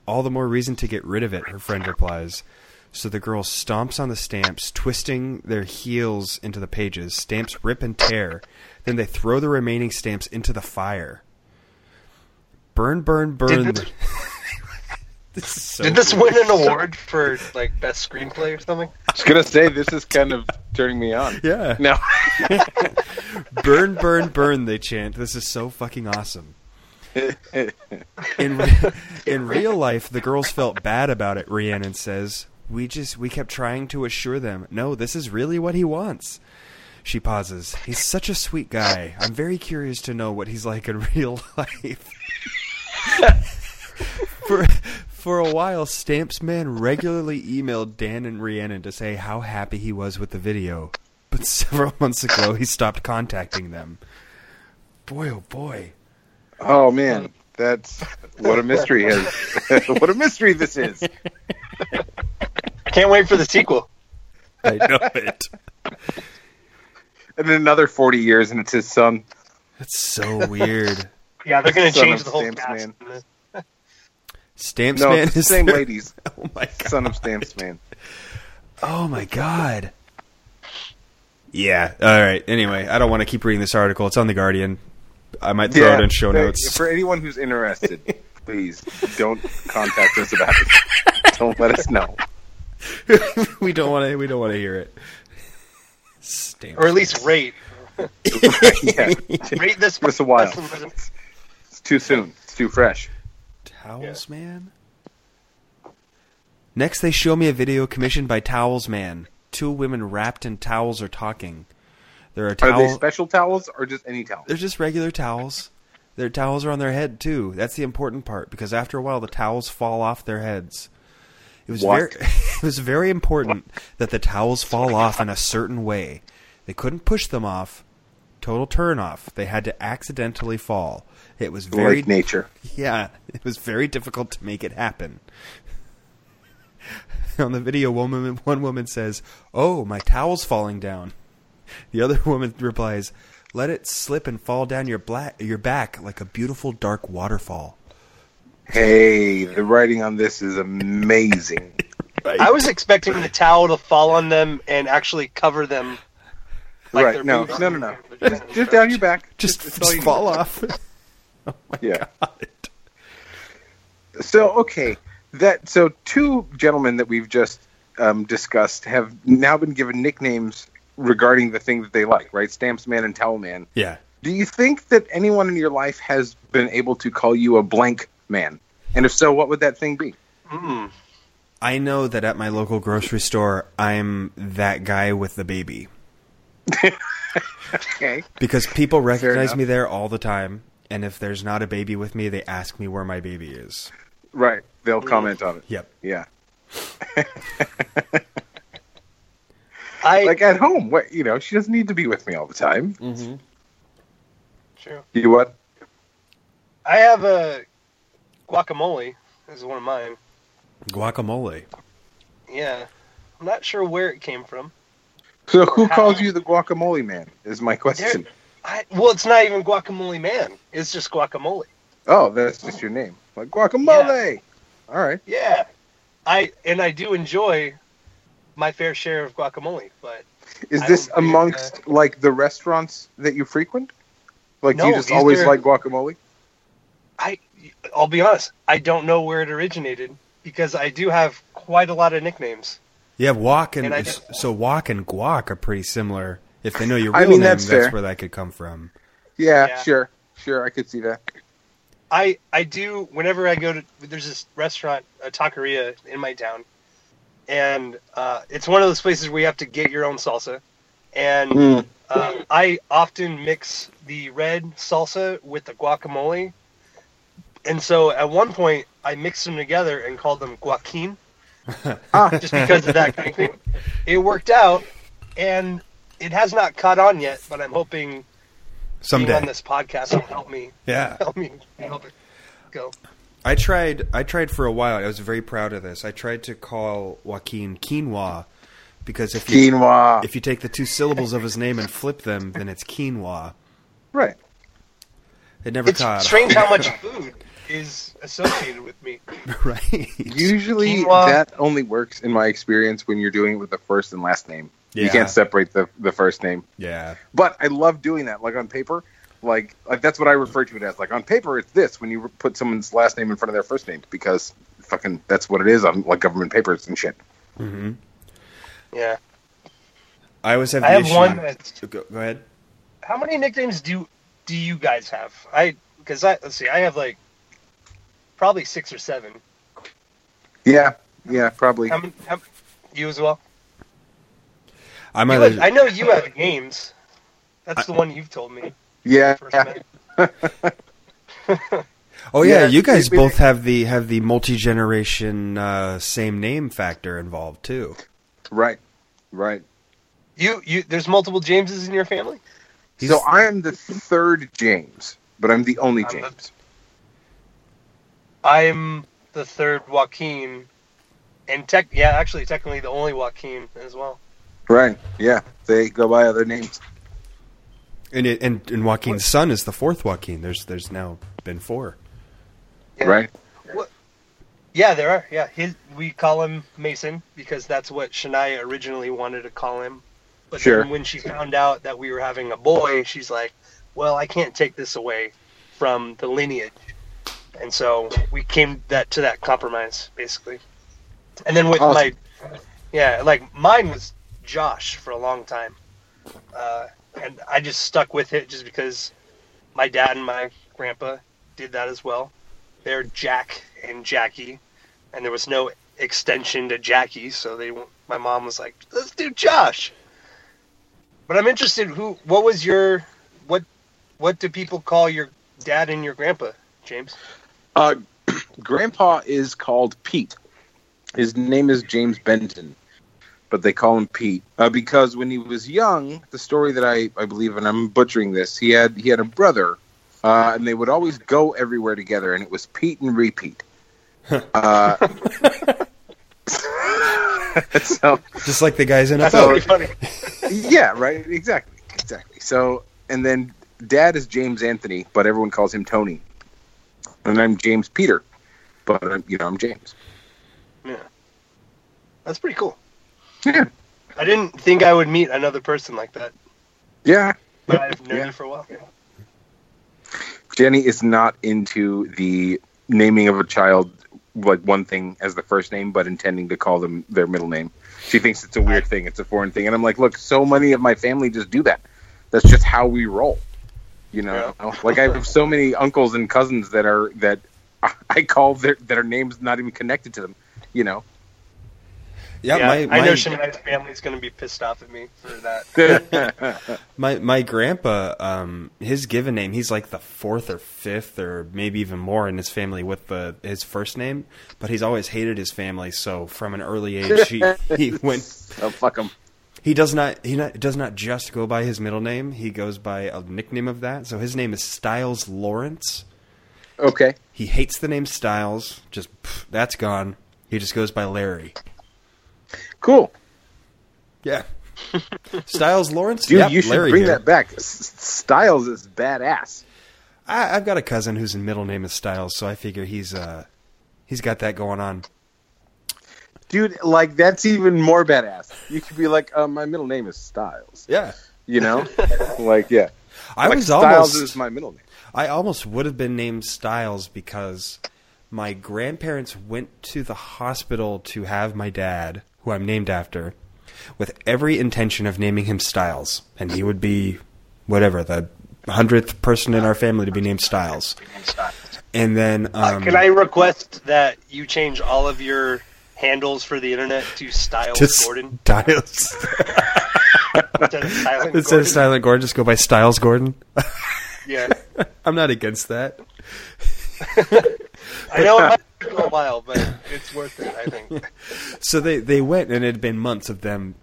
[SPEAKER 1] All the more reason to get rid of it, her friend replies. So the girl stomps on the stamps, twisting their heels into the pages. Stamps rip and tear. Then they throw the remaining stamps into the fire. Burn, burn, burn.
[SPEAKER 2] this-
[SPEAKER 1] This is so
[SPEAKER 2] Did this win an award for like best screenplay or something?
[SPEAKER 3] I was gonna say this is kind of turning me on.
[SPEAKER 1] Yeah.
[SPEAKER 3] No.
[SPEAKER 1] burn, burn, burn, they chant. This is so fucking awesome. In, re- in real life, the girls felt bad about it, Rhiannon says. We just, we kept trying to assure them, no, this is really what he wants. She pauses. He's such a sweet guy. I'm very curious to know what he's like in real life. for, for a while, Stamps Man regularly emailed Dan and Rhiannon to say how happy he was with the video, but several months ago he stopped contacting them. Boy, oh boy.
[SPEAKER 3] Oh man, that's what a mystery is. what a mystery this is.
[SPEAKER 2] I can't wait for the sequel.
[SPEAKER 1] I know it.
[SPEAKER 3] And in another forty years, and it's his son.
[SPEAKER 1] That's so weird.
[SPEAKER 2] Yeah, they're going to
[SPEAKER 3] Son
[SPEAKER 2] change
[SPEAKER 3] of
[SPEAKER 2] the whole
[SPEAKER 3] Stamps
[SPEAKER 2] cast.
[SPEAKER 3] Man.
[SPEAKER 1] Stamps
[SPEAKER 3] No,
[SPEAKER 1] Man
[SPEAKER 3] it's the
[SPEAKER 1] is
[SPEAKER 3] same
[SPEAKER 1] there-
[SPEAKER 3] ladies.
[SPEAKER 1] Oh my god.
[SPEAKER 3] Son of Stamps Man.
[SPEAKER 1] Oh my god. Yeah. All right. Anyway, I don't want to keep reading this article. It's on the Guardian. I might throw it in show
[SPEAKER 3] Hey,
[SPEAKER 1] notes.
[SPEAKER 3] For anyone who's interested, please don't contact us about it. Don't let us know.
[SPEAKER 1] we don't want to. We don't want to hear it. Stamps.
[SPEAKER 2] Or at least rate.
[SPEAKER 3] Yeah,
[SPEAKER 2] Rate this
[SPEAKER 3] Give us a while. it's too soon. It's too fresh.
[SPEAKER 1] Towels Man. Next, they show me a video commissioned by Towels Man. Two women wrapped in towels are talking. There are
[SPEAKER 3] Are they
[SPEAKER 1] towels.
[SPEAKER 3] special towels or just any towels?
[SPEAKER 1] They're just regular towels. Their towels are on their head too. That's the important part because after a while the towels fall off their heads. It was very
[SPEAKER 3] What?
[SPEAKER 1] it was very important that the towels fall off in a certain way. They couldn't push them off. Total turn off. They had to accidentally fall. It was very
[SPEAKER 3] like nature.
[SPEAKER 1] yeah, it was very difficult to make it happen. On the video, one woman, one woman says, "Oh, my towel's falling down." The other woman replies, "Let it slip and fall down your black your back like a beautiful dark waterfall."
[SPEAKER 3] Hey, the writing on this is amazing.
[SPEAKER 2] I was expecting the towel to fall on them and actually cover them. Like
[SPEAKER 3] right?
[SPEAKER 2] their
[SPEAKER 3] No,
[SPEAKER 2] boobs.
[SPEAKER 3] no, no, no. Just, just down your back.
[SPEAKER 1] just,
[SPEAKER 3] That's
[SPEAKER 1] just,
[SPEAKER 3] all you
[SPEAKER 1] fall off.
[SPEAKER 3] need. Yeah. So okay, that so two gentlemen that we've just um, discussed have now been given nicknames regarding the thing that they like, right? Stamps Man and Towel Man.
[SPEAKER 1] yeah,
[SPEAKER 3] Do you think that anyone in your life has been able to call you a blank man? And if so, what would that thing be?
[SPEAKER 2] Mm.
[SPEAKER 1] I know that at my local grocery store, I'm that guy with the baby.
[SPEAKER 3] Okay.
[SPEAKER 1] because people recognize
[SPEAKER 3] enough.
[SPEAKER 1] me there all the time and if there's not a baby with me they ask me where my baby is
[SPEAKER 3] Right. They'll comment on it.
[SPEAKER 1] yep
[SPEAKER 3] Yeah.
[SPEAKER 2] I
[SPEAKER 3] Like at home, what you know, she doesn't need to be with me all the time.
[SPEAKER 2] True.
[SPEAKER 3] You what?
[SPEAKER 2] I have a guacamole. Is one of mine.
[SPEAKER 1] guacamole
[SPEAKER 2] Yeah, I'm not sure where it came from.
[SPEAKER 3] So who calls you the guacamole man? Is my question.
[SPEAKER 2] I, well, it's not even guacamole man. It's just guacamole.
[SPEAKER 3] Oh, that's just your name. Like guacamole. All right.
[SPEAKER 2] Yeah, I and I do enjoy my fair share of guacamole, but
[SPEAKER 3] Is
[SPEAKER 2] I
[SPEAKER 3] this
[SPEAKER 2] don't think, uh,
[SPEAKER 3] amongst like the restaurants that you frequent? Like do you
[SPEAKER 2] No,
[SPEAKER 3] just
[SPEAKER 2] these
[SPEAKER 3] always
[SPEAKER 2] are-
[SPEAKER 3] like guacamole?
[SPEAKER 2] I I'll be honest, I don't know where it originated because I do have quite a lot of nicknames.
[SPEAKER 1] yeah walk and,
[SPEAKER 2] And I
[SPEAKER 1] s-
[SPEAKER 2] don't-
[SPEAKER 1] so walk and guac are pretty similar if they know your
[SPEAKER 3] I
[SPEAKER 1] real
[SPEAKER 3] mean,
[SPEAKER 1] name
[SPEAKER 3] that's
[SPEAKER 1] that's,
[SPEAKER 3] fair.
[SPEAKER 1] where that could come from
[SPEAKER 3] Yeah,
[SPEAKER 2] Yeah.
[SPEAKER 3] sure. Sure, I could see that.
[SPEAKER 2] I I do whenever I go to there's this restaurant a taqueria in my town, and uh, it's one of those places where you have to get your own salsa, and
[SPEAKER 3] Hmm.
[SPEAKER 1] Hmm.
[SPEAKER 2] uh, I often mix the red salsa with the guacamole, and so at one point I mixed them together and called them guacin,
[SPEAKER 3] Ah.
[SPEAKER 2] just because of that nickname. It worked out, and it has not caught on yet, but I'm hoping being
[SPEAKER 1] someday
[SPEAKER 2] on this podcast will help me
[SPEAKER 1] yeah
[SPEAKER 2] help me help it go.
[SPEAKER 1] i tried i tried for a while i was very proud of this i tried to call joaquin quinoa because if you
[SPEAKER 3] Quinoa.
[SPEAKER 1] if you take the two syllables of his name and flip them then it's quinoa
[SPEAKER 3] Right.
[SPEAKER 1] it never
[SPEAKER 2] It's
[SPEAKER 1] caught
[SPEAKER 2] strange how much food is associated with me.
[SPEAKER 1] right
[SPEAKER 3] Usually
[SPEAKER 2] Quinoa.
[SPEAKER 3] that only works in my experience when you're doing it with the first and last name. You
[SPEAKER 1] Yeah.
[SPEAKER 3] can't separate the, the first name.
[SPEAKER 1] yeah
[SPEAKER 3] But I love doing that. Like on paper, like like that's what I refer to it as. Like on paper, it's this when you put someone's last name in front of their first name because fucking that's what it is on like government papers and shit.
[SPEAKER 1] hmm
[SPEAKER 2] Yeah,
[SPEAKER 1] i always have the
[SPEAKER 2] I have
[SPEAKER 1] issue
[SPEAKER 2] one. That's,
[SPEAKER 1] go, go ahead
[SPEAKER 2] how many nicknames do do you guys have? I because I let's see, I have like probably six or seven.
[SPEAKER 3] Yeah, yeah, probably.
[SPEAKER 2] How many? How, you as well.
[SPEAKER 1] i'm
[SPEAKER 2] You
[SPEAKER 1] either
[SPEAKER 2] had- I know you have games. That's the one you've told me.
[SPEAKER 3] yeah,
[SPEAKER 2] First
[SPEAKER 3] yeah.
[SPEAKER 2] met.
[SPEAKER 1] Oh yeah,
[SPEAKER 3] Yeah,
[SPEAKER 1] you guys
[SPEAKER 3] we- we-
[SPEAKER 1] both have the have the multi generation uh, same name factor involved too.
[SPEAKER 3] right, right.
[SPEAKER 2] You you. There's multiple Jameses in your family.
[SPEAKER 1] He's-
[SPEAKER 3] So I am the third James, but I'm the only
[SPEAKER 2] I'm the-
[SPEAKER 3] James.
[SPEAKER 2] I'm the third Joaquin, and tech. Yeah, actually, technically the only Joaquin as well.
[SPEAKER 3] Right. Yeah, they go by other names.
[SPEAKER 1] And it, and and Joaquin's son is the fourth Joaquin. There's there's now been four.
[SPEAKER 2] Yeah.
[SPEAKER 3] Right.
[SPEAKER 2] Yeah, there are. Yeah, his, we call him Mason because that's what Shania originally wanted to call him. But
[SPEAKER 3] Sure.
[SPEAKER 2] then when she found out that we were having a boy, she's like, "Well, I can't take this away from the lineage," and so we came that to that compromise basically. And then with
[SPEAKER 3] Awesome.
[SPEAKER 2] my, yeah, like mine was Josh for a long time, uh, and I just stuck with it just because my dad and my grandpa did that as well. They're Jack and Jackie, and there was no extension to Jackie, so they. My mom was like, "Let's do Josh." But I'm interested. Who? What was your? What? What do people call your dad and your grandpa, James?
[SPEAKER 3] Uh, Grandpa is called Pete. His name is James Benton, but they call him Pete uh, because when he was young, the story that I, I believe, and I'm butchering this, he had he had a brother, uh, and they would always go everywhere together, and it was Pete and repeat. uh, so
[SPEAKER 1] Just like the guys in a
[SPEAKER 2] That's
[SPEAKER 1] boat.
[SPEAKER 2] pretty funny.
[SPEAKER 3] yeah, right, exactly, exactly. So, and then dad is James Anthony, but everyone calls him Tony, and I'm James Peter, but I'm, you know I'm James.
[SPEAKER 2] That's pretty cool.
[SPEAKER 3] Yeah,
[SPEAKER 2] I didn't think I would meet another person like that,
[SPEAKER 3] yeah.
[SPEAKER 2] but I've known
[SPEAKER 3] Yeah.
[SPEAKER 2] you for a while.
[SPEAKER 3] Jenny is not into the naming of a child like one thing as the first name, but intending to call them their middle name. She thinks it's a weird thing, it's a foreign thing, and I'm like, look, so many of my family just do that. That's just how we roll. You know, like I have so many uncles and cousins that are that I call their that are names not even connected to them. You know,
[SPEAKER 1] Yeah, my,
[SPEAKER 2] I know
[SPEAKER 1] my-
[SPEAKER 2] Shania's family's going to be pissed off at me for that.
[SPEAKER 1] My my grandpa, um, his given name, he's like the fourth or fifth or maybe even more in his family with the his first name, but he's always hated his family. So from an early age, he, he went.
[SPEAKER 3] oh fuck them.
[SPEAKER 1] He does not he not, does not just go by his middle name. He goes by a nickname of that. So his name is Styles Lawrence.
[SPEAKER 3] Okay,
[SPEAKER 1] He hates the name Styles. Just pff, that's gone. He just goes by Larry.
[SPEAKER 3] cool,
[SPEAKER 1] Yeah. Styles Lawrence.
[SPEAKER 3] dude.
[SPEAKER 1] Yep,
[SPEAKER 3] you should
[SPEAKER 1] Larry
[SPEAKER 3] bring
[SPEAKER 1] here.
[SPEAKER 3] that back. S- Styles is badass.
[SPEAKER 1] I, I've got a cousin whose middle name is Styles, so I figure he's uh he's got that going on.
[SPEAKER 3] dude like that's even more badass you could be like uh, my middle name is styles
[SPEAKER 1] Yeah,
[SPEAKER 3] you know like yeah
[SPEAKER 1] I
[SPEAKER 3] like
[SPEAKER 1] was
[SPEAKER 3] styles
[SPEAKER 1] almost
[SPEAKER 3] is my middle name
[SPEAKER 1] I almost would have been named Styles because my grandparents went to the hospital to have my dad, who I'm named after, with every intention of naming him Styles, and he would be whatever the hundredth person in our family to be named Styles. And then um,
[SPEAKER 2] Uh, Can I request that you change all of your handles for the internet to Styles
[SPEAKER 1] just
[SPEAKER 2] Gordon
[SPEAKER 1] Styles
[SPEAKER 2] instead of Silent
[SPEAKER 1] instead
[SPEAKER 2] Gordon?
[SPEAKER 1] of Silent Gordon, just go by Styles Gordon.
[SPEAKER 2] Yeah,
[SPEAKER 1] I'm not against that.
[SPEAKER 2] I know it might take a while, but it's worth it. I think.
[SPEAKER 1] So they, they went, and it had been months of them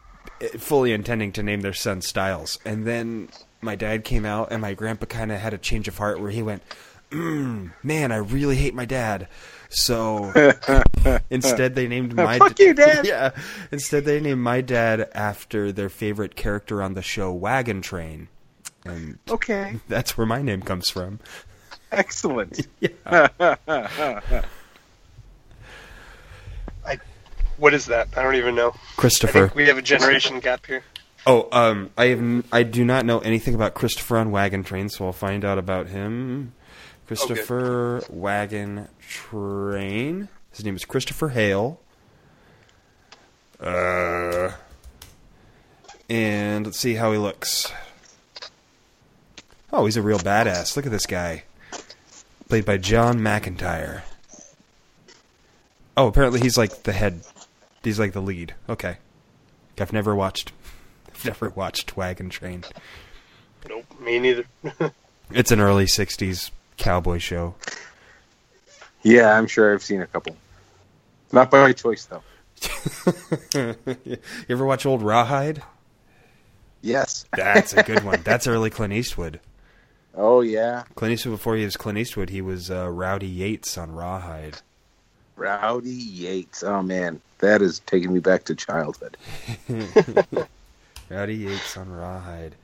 [SPEAKER 1] eh, fully intending to name their son Styles. And then my dad came out, and my grandpa kind of had a change of heart where he went, mm, Man, I really hate my dad. So instead, they named my
[SPEAKER 3] Fuck you, Dad.
[SPEAKER 1] yeah. Instead, they named my dad after their favorite character on the show, Wagon Train. And
[SPEAKER 3] okay
[SPEAKER 1] that's where my name comes from.
[SPEAKER 3] excellent
[SPEAKER 2] What is that? I don't even know. I
[SPEAKER 1] Christopher.
[SPEAKER 2] think we have a generation gap here.
[SPEAKER 1] Oh, um, I have n- I do not know anything about Christopher on Wagon Train, so I'll find out about him. Christopher Wagon Train. His name is Christopher Hale. Uh, and let's see how he looks. Oh, he's a real badass. Look at this guy, played by John McIntyre. Oh, apparently he's like the head. He's like the lead. Okay, I've never watched. I've never watched Wagon Train.
[SPEAKER 2] Nope, me neither.
[SPEAKER 1] It's an early '60s cowboy show.
[SPEAKER 3] yeah i'm sure i've seen a couple not by my choice though
[SPEAKER 1] you ever watch Old Rawhide?
[SPEAKER 3] yes
[SPEAKER 1] That's a good one. That's early Clint Eastwood.
[SPEAKER 3] oh yeah
[SPEAKER 1] Clint Eastwood before he was Clint Eastwood, he was uh, Rowdy Yates on Rawhide.
[SPEAKER 3] rowdy yates oh man that is taking me back to childhood
[SPEAKER 1] Rowdy Yates on Rawhide.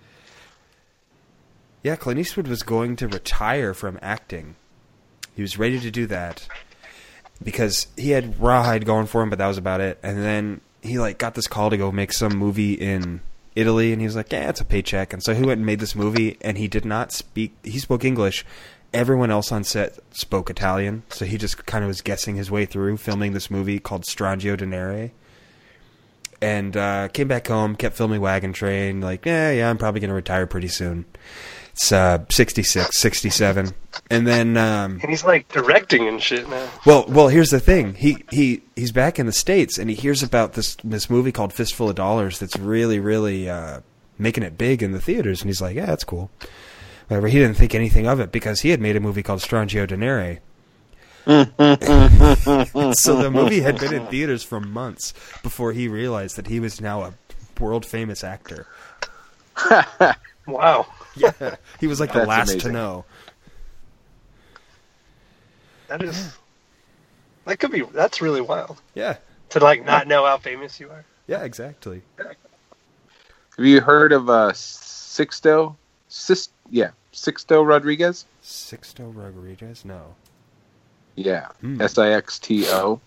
[SPEAKER 1] Yeah, Clint Eastwood was going to retire from acting. He was ready to do that because he had Rawhide going for him, but that was about it. And then he like got this call to go make some movie in Italy, and he was like, "Yeah, it's a paycheck." And so he went and made this movie, and he did not speak. He spoke English. Everyone else on set spoke Italian, so he just kind of was guessing his way through filming this movie called Strangio Denare and uh, came back home, kept filming Wagon Train. Like, yeah, yeah, I'm probably going to retire pretty soon. It's uh, 66, 67. And then, um,
[SPEAKER 2] And he's like directing and shit now.
[SPEAKER 1] well, well, here's the thing. He, he, he's back in the States and he hears about this, this movie called Fistful of Dollars that's really, really uh, making it big in the theaters. And he's like, yeah, that's cool. whatever. He didn't think anything of it because he had made a movie called Strangio Danere. so the movie had been in theaters for months before he realized that he was now a world famous actor.
[SPEAKER 2] Wow.
[SPEAKER 1] Yeah, he was like the
[SPEAKER 3] That's
[SPEAKER 1] last to
[SPEAKER 3] amazing.
[SPEAKER 1] know.
[SPEAKER 2] That is. That could be. That's really wild
[SPEAKER 1] Yeah,
[SPEAKER 2] to like not know how famous you are.
[SPEAKER 1] yeah, exactly.
[SPEAKER 3] Have you heard of uh, Sixto? Sis, yeah, Sixto Rodriguez.
[SPEAKER 1] Sixto Rodriguez? No.
[SPEAKER 3] Yeah,
[SPEAKER 1] Hmm.
[SPEAKER 3] S I X T O.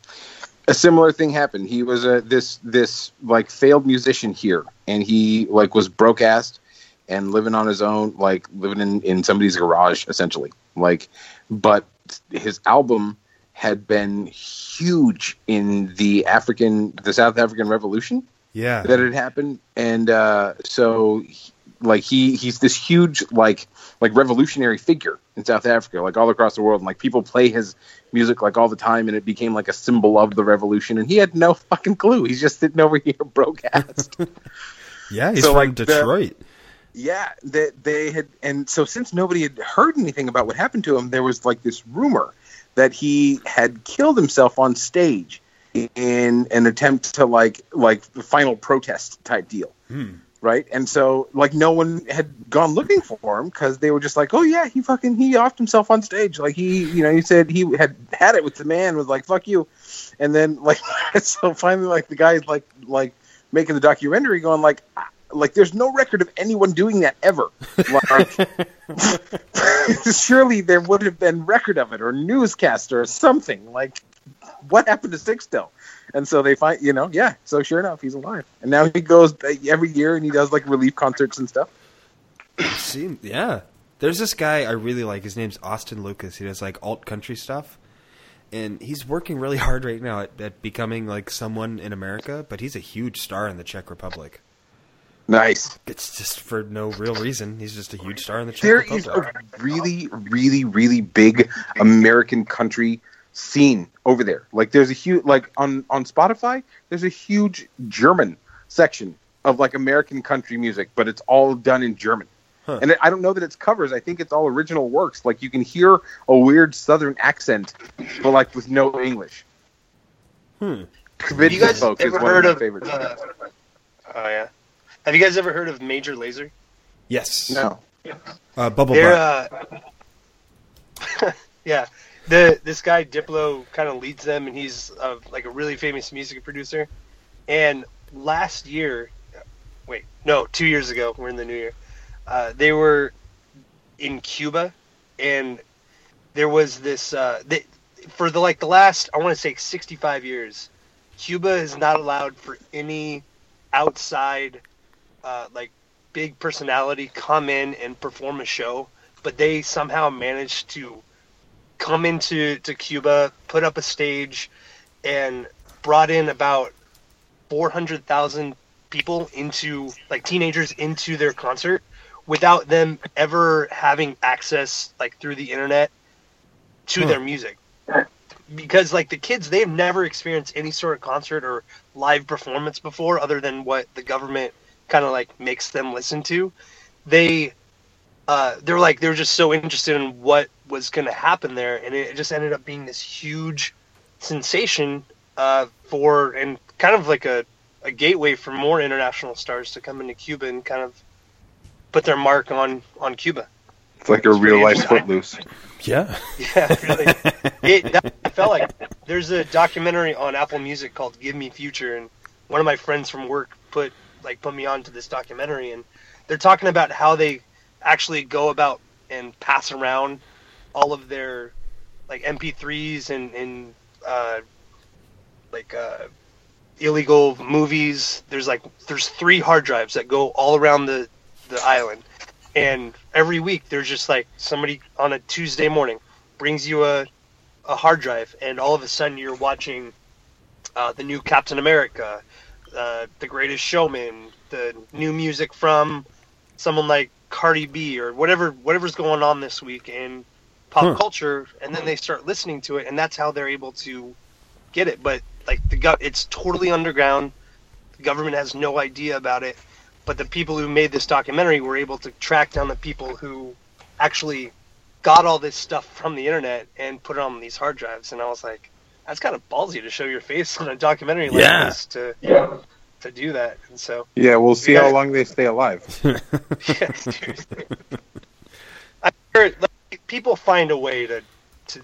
[SPEAKER 3] A similar thing happened. He was a this this like failed musician here, and he like was broke assed and living on his own, like living in in somebody's garage essentially. Like, but his album had been huge in the African the South African Revolution
[SPEAKER 1] Yeah.
[SPEAKER 3] that had happened and uh, so he- like he he's this huge like like revolutionary figure in south africa like all across the world and like people play his music like all the time and it became like a symbol of the revolution and he had no fucking clue he's just sitting over here broke ass
[SPEAKER 1] Yeah, he's
[SPEAKER 3] So,
[SPEAKER 1] from
[SPEAKER 3] like, the-
[SPEAKER 1] Detroit.
[SPEAKER 3] yeah they, they had and so since nobody had heard anything about what happened to him there was like this rumor that he had killed himself on stage in an attempt to like like final protest type deal
[SPEAKER 1] Hmm.
[SPEAKER 3] right? And so like no one had gone looking for him because they were just like, oh yeah, he fucking he offed himself on stage. Like he, you know, he said he had had it with the man was like fuck you, and then like so finally like the guy's like like making the documentary going like. "Ah," Like there's no record of anyone doing that ever. Like, surely there would have been record of it or newscast or something. Like what happened to Sixto? And so they find, you know, yeah. So sure enough, he's alive, and now he goes uh, every year and he does like relief concerts and stuff.
[SPEAKER 1] Seem- yeah. There's this guy I really like. His name's Austin Lucas. He does like alt country stuff. And he's working really hard right now at, at becoming like someone in America, but he's a huge star in the Czech Republic.
[SPEAKER 3] Nice.
[SPEAKER 1] It's just for no real reason. He's just a huge star in the Czech
[SPEAKER 3] There
[SPEAKER 1] Republic.
[SPEAKER 3] is a really, really, really big American country scene over there. Like there's a huge like on on Spotify. There's a huge German section of like American country music, but it's all done in German.
[SPEAKER 1] Huh.
[SPEAKER 3] And I don't know that it's covers. I think it's all original works. Like you can hear a weird Southern accent, but like with no English.
[SPEAKER 1] Hmm.
[SPEAKER 2] Have
[SPEAKER 3] Convinced
[SPEAKER 2] you guys
[SPEAKER 3] Folk is
[SPEAKER 2] ever
[SPEAKER 3] one
[SPEAKER 2] heard
[SPEAKER 3] my
[SPEAKER 2] of?
[SPEAKER 3] favorites.
[SPEAKER 2] uh, oh yeah. Have you guys ever heard of Major Laser?
[SPEAKER 1] Yes.
[SPEAKER 3] No.
[SPEAKER 1] Uh, Bubble
[SPEAKER 2] They're
[SPEAKER 1] Butt.
[SPEAKER 2] uh, yeah. The this guy Diplo kind of leads them, and he's uh, like a really famous music producer. And last year, wait, no, two years ago, we're in the new year. Uh, they were in Cuba, and there was this uh, they, for the like the last I want to say sixty five years. Cuba is not allowed for any outside uh, like big personality come in and perform a show, but they somehow managed to come into to Cuba, put up a stage, and brought in about four hundred thousand people into like teenagers into their concert without them ever having access like through the internet to
[SPEAKER 1] Huh.
[SPEAKER 2] their music because like the kids they've never experienced any sort of concert or live performance before other than what the government kind of like makes them listen to they uh, they're like they were just so interested in what was going to happen there and it just ended up being this huge sensation uh, for and kind of like a, a gateway for more international stars to come into cuba and kind of put their mark on on cuba
[SPEAKER 3] It's like a real life footloose.
[SPEAKER 1] Yeah.
[SPEAKER 2] yeah really it, that, I felt like there's a documentary on Apple Music called "Give Me Future," and one of my friends from work put like put me on to this documentary, and they're talking about how they actually go about and pass around all of their like MP3s and and uh, like uh, illegal movies. There's like there's three hard drives that go all around the the island, and every week there's just like somebody on a Tuesday morning brings you a a hard drive, and all of a sudden you're watching uh, the new Captain America, uh, The Greatest Showman, the new music from someone like Cardi B or whatever whatever's going on this week in pop
[SPEAKER 1] Huh.
[SPEAKER 2] culture, and then they start listening to it, and that's how they're able to get it. But like the gov- it's totally underground. The government has no idea about it, but the people who made this documentary were able to track down the people who actually got all this stuff from the internet and put it on these hard drives. And I was like, that's kind of ballsy to show your face on a documentary like
[SPEAKER 1] Yeah.
[SPEAKER 2] this to to do that. And so,
[SPEAKER 3] Yeah, we'll see
[SPEAKER 2] Yeah.
[SPEAKER 3] how long they stay alive.
[SPEAKER 2] yeah, seriously. I'm sure like, people find a way to to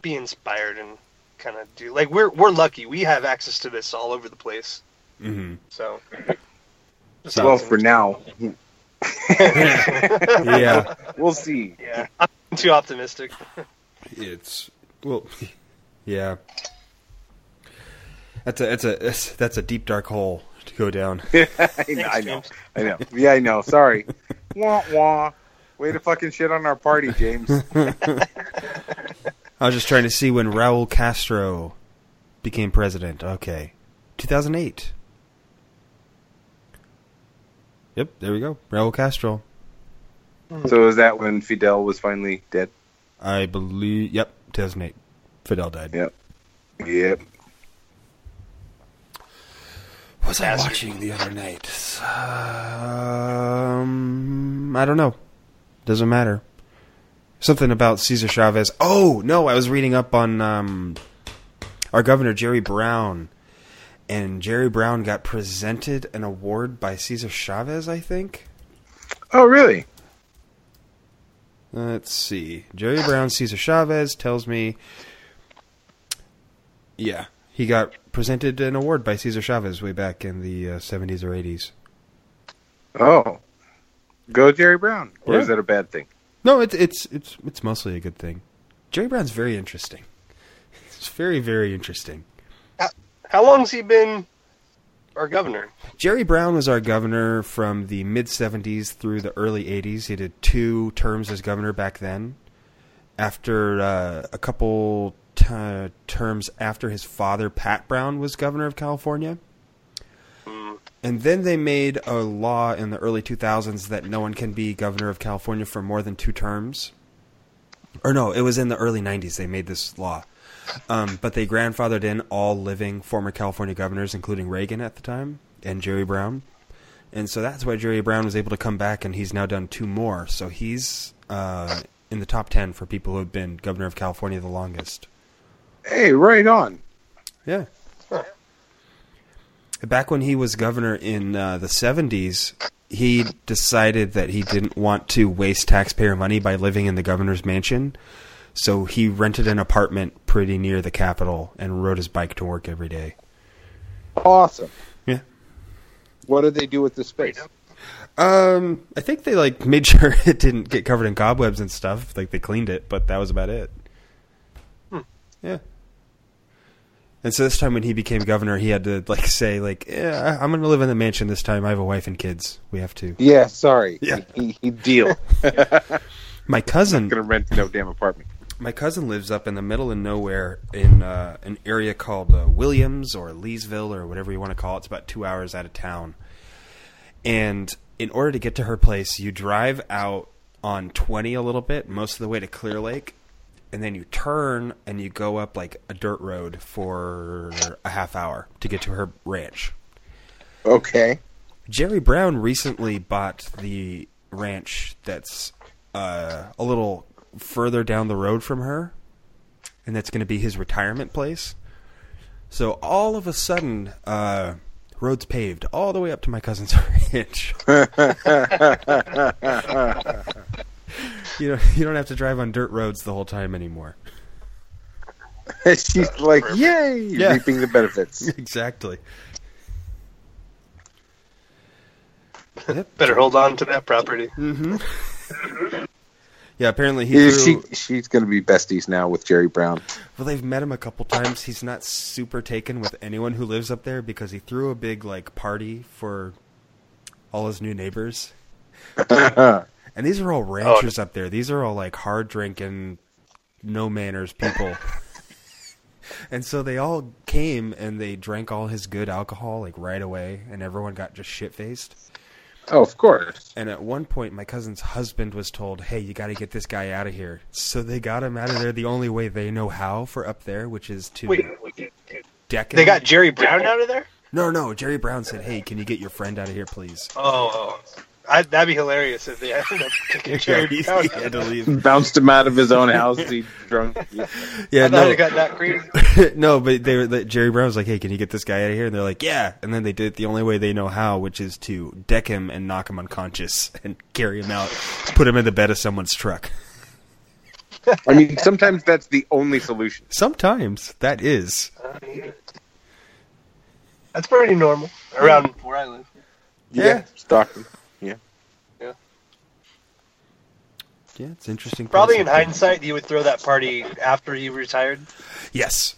[SPEAKER 2] be inspired and kind of do like we're we're lucky we have access to this all over the place.
[SPEAKER 1] hmm
[SPEAKER 2] So, Just
[SPEAKER 3] well,
[SPEAKER 2] something
[SPEAKER 3] for
[SPEAKER 2] to-
[SPEAKER 3] now,
[SPEAKER 1] Yeah,
[SPEAKER 3] we'll see.
[SPEAKER 2] yeah, I'm too optimistic.
[SPEAKER 1] it's well, yeah. That's a that's a that's, that's a deep dark hole to go down.
[SPEAKER 3] I know, I know. I know. Yeah, I know. Sorry. wah wah. Way to fucking shit on our party, James.
[SPEAKER 1] I was just trying to see when Raul Castro became president. Okay, 2008. Yep, there we go. Raul Castro.
[SPEAKER 3] so is that when Fidel was finally dead?
[SPEAKER 1] I believe. Yep, 2008. Fidel died.
[SPEAKER 3] Yep. Yep.
[SPEAKER 1] Was I
[SPEAKER 2] Bastard.
[SPEAKER 1] watching the other night? Um, I don't know. Doesn't matter. Something about Cesar Chavez. Oh no, I was reading up on um, our governor Jerry Brown, and Jerry Brown got presented an award by Cesar Chavez. I think.
[SPEAKER 3] Oh, really?
[SPEAKER 1] Let's see. Jerry Brown, Cesar Chavez tells me. Yeah, he got presented an award by Cesar Chavez way back in the uh, 70s or 80s.
[SPEAKER 3] Oh. Go Jerry Brown. Or is
[SPEAKER 1] Yeah.
[SPEAKER 3] that a bad thing?
[SPEAKER 1] No, it's it's it's it's mostly a good thing. Jerry Brown's very interesting. It's very very interesting.
[SPEAKER 2] How long's he been our governor?
[SPEAKER 1] Jerry Brown was our governor from the mid 70s through the early 80s. He did two terms as governor back then. After uh, a couple t- uh, terms after his father Pat Brown was governor of California. And then they made a law in the early 2000s that no one can be governor of California for more than two terms. Or no, it was in the early 90s they made this law. Um, but they grandfathered in all living former California governors, including Reagan at the time and Jerry Brown. And so that's why Jerry Brown was able to come back, and he's now done two more. So he's uh, in the top 10 for people who have been governor of California the longest.
[SPEAKER 3] Hey, right on.
[SPEAKER 1] Yeah. Back when he was governor in uh, the 70s, he decided that he didn't want to waste taxpayer money by living in the governor's mansion. So he rented an apartment pretty near the Capitol and rode his bike to work every day.
[SPEAKER 3] Awesome.
[SPEAKER 1] Yeah.
[SPEAKER 3] What did they do with the space?
[SPEAKER 1] Um, I think they like made sure it didn't get covered in cobwebs and stuff. Like they cleaned it, but that was about it. Yeah. And so this time when he became governor, he had to like say like, "Yeah, I- I'm going to live in the mansion this time. I have a wife and kids. We have to."
[SPEAKER 3] Yeah, sorry.
[SPEAKER 1] Yeah.
[SPEAKER 3] He, he deal.
[SPEAKER 1] My cousin,
[SPEAKER 3] Gonna rent no damn apartment.
[SPEAKER 1] my cousin lives up in the middle of nowhere in uh, an area called uh, Williams or Leesville or whatever you want to call it. It's about two hours out of town. And in order to get to her place, you drive out on 20 a little bit, most of the way to Clear Lake, and then you turn and you go up like a dirt road for a half hour to get to her ranch.
[SPEAKER 3] Okay.
[SPEAKER 1] Jerry Brown recently bought the ranch that's uh, a little further down the road from her, and that's going to be his retirement place. So all of a sudden, uh, roads paved all the way up to my cousin's ranch. you know, you don't have to drive on dirt roads the whole time anymore.
[SPEAKER 3] She's like, yay,
[SPEAKER 1] Yeah.
[SPEAKER 3] reaping the benefits.
[SPEAKER 1] exactly.
[SPEAKER 2] Better hold on to that property.
[SPEAKER 1] Yeah, apparently he.
[SPEAKER 3] Yeah,
[SPEAKER 1] threw-
[SPEAKER 3] she, she's going to be besties now with Jerry Brown.
[SPEAKER 1] Well, they've met him a couple times. He's not super taken with anyone who lives up there because he threw a big like party for all his new neighbors. and these are all ranchers up there. These are all like hard drinking, no manners people. and so they all came and they drank all his good alcohol like right away, and everyone got just shit faced.
[SPEAKER 3] Oh, of course.
[SPEAKER 1] And at one point, my cousin's husband was told, "Hey, you got to get this guy out of here." So they got him out of there the only way they know how for up there, which is to
[SPEAKER 2] Wait,
[SPEAKER 1] deck.
[SPEAKER 2] they
[SPEAKER 1] him.
[SPEAKER 2] got Jerry Brown out of there?
[SPEAKER 1] no, no. Jerry Brown said, "Hey, can you get your friend out of here, please?"
[SPEAKER 2] Oh, oh. I, that'd be hilarious if they ended up kicking Cherry
[SPEAKER 1] he, he
[SPEAKER 2] County.
[SPEAKER 1] had to leave.
[SPEAKER 3] Bounced him out of his own house. He drunk.
[SPEAKER 1] Yeah,
[SPEAKER 2] I thought
[SPEAKER 1] no,
[SPEAKER 2] it got that crazy.
[SPEAKER 1] no, but they were. like, Jerry Brown was like, "Hey, can you get this guy out of here?" And they're like, "Yeah." And then they did it the only way they know how, which is to deck him and knock him unconscious and carry him out, put him in the bed of someone's truck.
[SPEAKER 3] I mean, sometimes that's the only solution.
[SPEAKER 1] Sometimes that is.
[SPEAKER 2] That's pretty normal around where I live.
[SPEAKER 1] Yeah.
[SPEAKER 3] Stockton. Yeah.
[SPEAKER 1] Yeah, it's interesting.
[SPEAKER 2] Probably in
[SPEAKER 1] concept.
[SPEAKER 2] hindsight, you would throw that party after he retired.
[SPEAKER 1] Yes,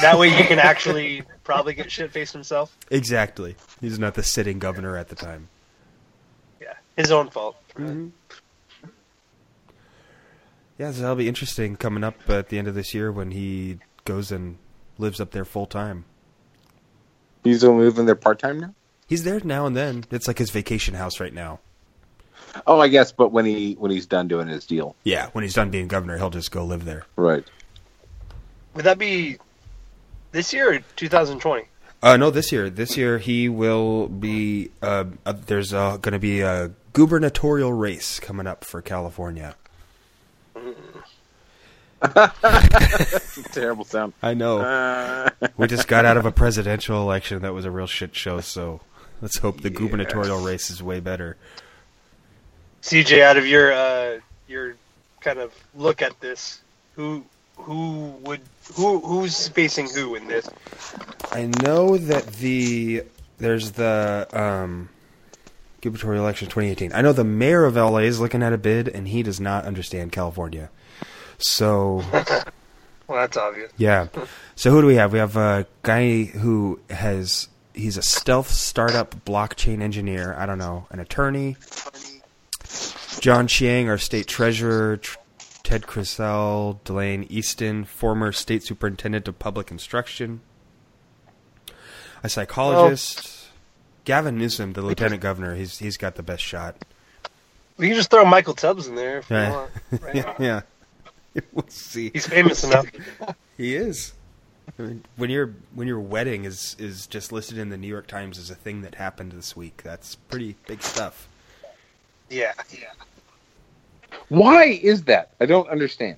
[SPEAKER 2] That way, he can actually probably get shit faced himself.
[SPEAKER 1] exactly. He's not the sitting governor at the time.
[SPEAKER 2] Yeah, his own fault.
[SPEAKER 1] Yeah, so that'll be interesting coming up at the end of this year when he goes and lives up there full time.
[SPEAKER 3] He's only living there part time now.
[SPEAKER 1] He's there now and then. It's like his vacation house right now.
[SPEAKER 3] Oh, I guess. But when he when he's done doing his deal,
[SPEAKER 1] Yeah, when he's done being governor, he'll just go live there.
[SPEAKER 3] right?
[SPEAKER 2] Would that be this year or 2020?
[SPEAKER 1] Uh, no, this year. This year he will be. Uh, uh, there's uh, going to be a gubernatorial race coming up for California.
[SPEAKER 3] Terrible sound.
[SPEAKER 1] I know.
[SPEAKER 3] Uh,
[SPEAKER 1] we just got out of a presidential election that was a real shit show. So let's hope the gubernatorial race is way better.
[SPEAKER 2] CJ, out of your uh, your kind of look at this, who who would who who's facing who in this?
[SPEAKER 1] I know that the there's the um, gubernatorial election 2018. I know the mayor of LA is looking at a bid, and he does not understand California. So
[SPEAKER 2] Well, that's obvious.
[SPEAKER 1] Yeah. So who do we have? We have a guy who has he's a stealth startup blockchain engineer. I don't know, an attorney. John Chiang, our state treasurer. Tr- Ted Crisell, Delane Easton, former state superintendent of public instruction. A psychologist. Gavin Newsom, the lieutenant governor. He's he's got the best shot.
[SPEAKER 2] We can just throw Michael Tubbs in there if
[SPEAKER 1] Yeah.
[SPEAKER 2] we want. Right?
[SPEAKER 1] Yeah. yeah. We'll see.
[SPEAKER 2] He's famous enough.
[SPEAKER 1] He is. I mean, when your when your wedding is is just listed in the New York Times as a thing that happened this week, that's pretty big stuff.
[SPEAKER 2] Yeah, yeah.
[SPEAKER 3] why is that? I don't understand.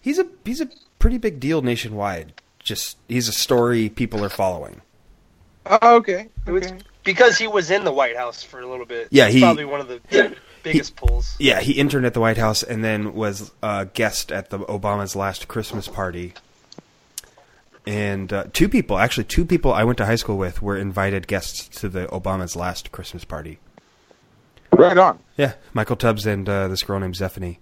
[SPEAKER 1] He's a he's a pretty big deal nationwide. Just he's a story people are following.
[SPEAKER 3] Oh, okay.
[SPEAKER 2] It was because he was in the White House for a little bit.
[SPEAKER 1] Yeah,
[SPEAKER 2] It's
[SPEAKER 1] he-
[SPEAKER 2] probably one of the biggest pulls.
[SPEAKER 1] Yeah, he interned at the White House and then was uh, guest at the Obama's last Christmas party. And uh, two people, actually, two people I went to high school with were invited guests to the Obama's last Christmas party.
[SPEAKER 3] Right on.
[SPEAKER 1] Yeah, Michael Tubbs and uh, this girl named Zephany.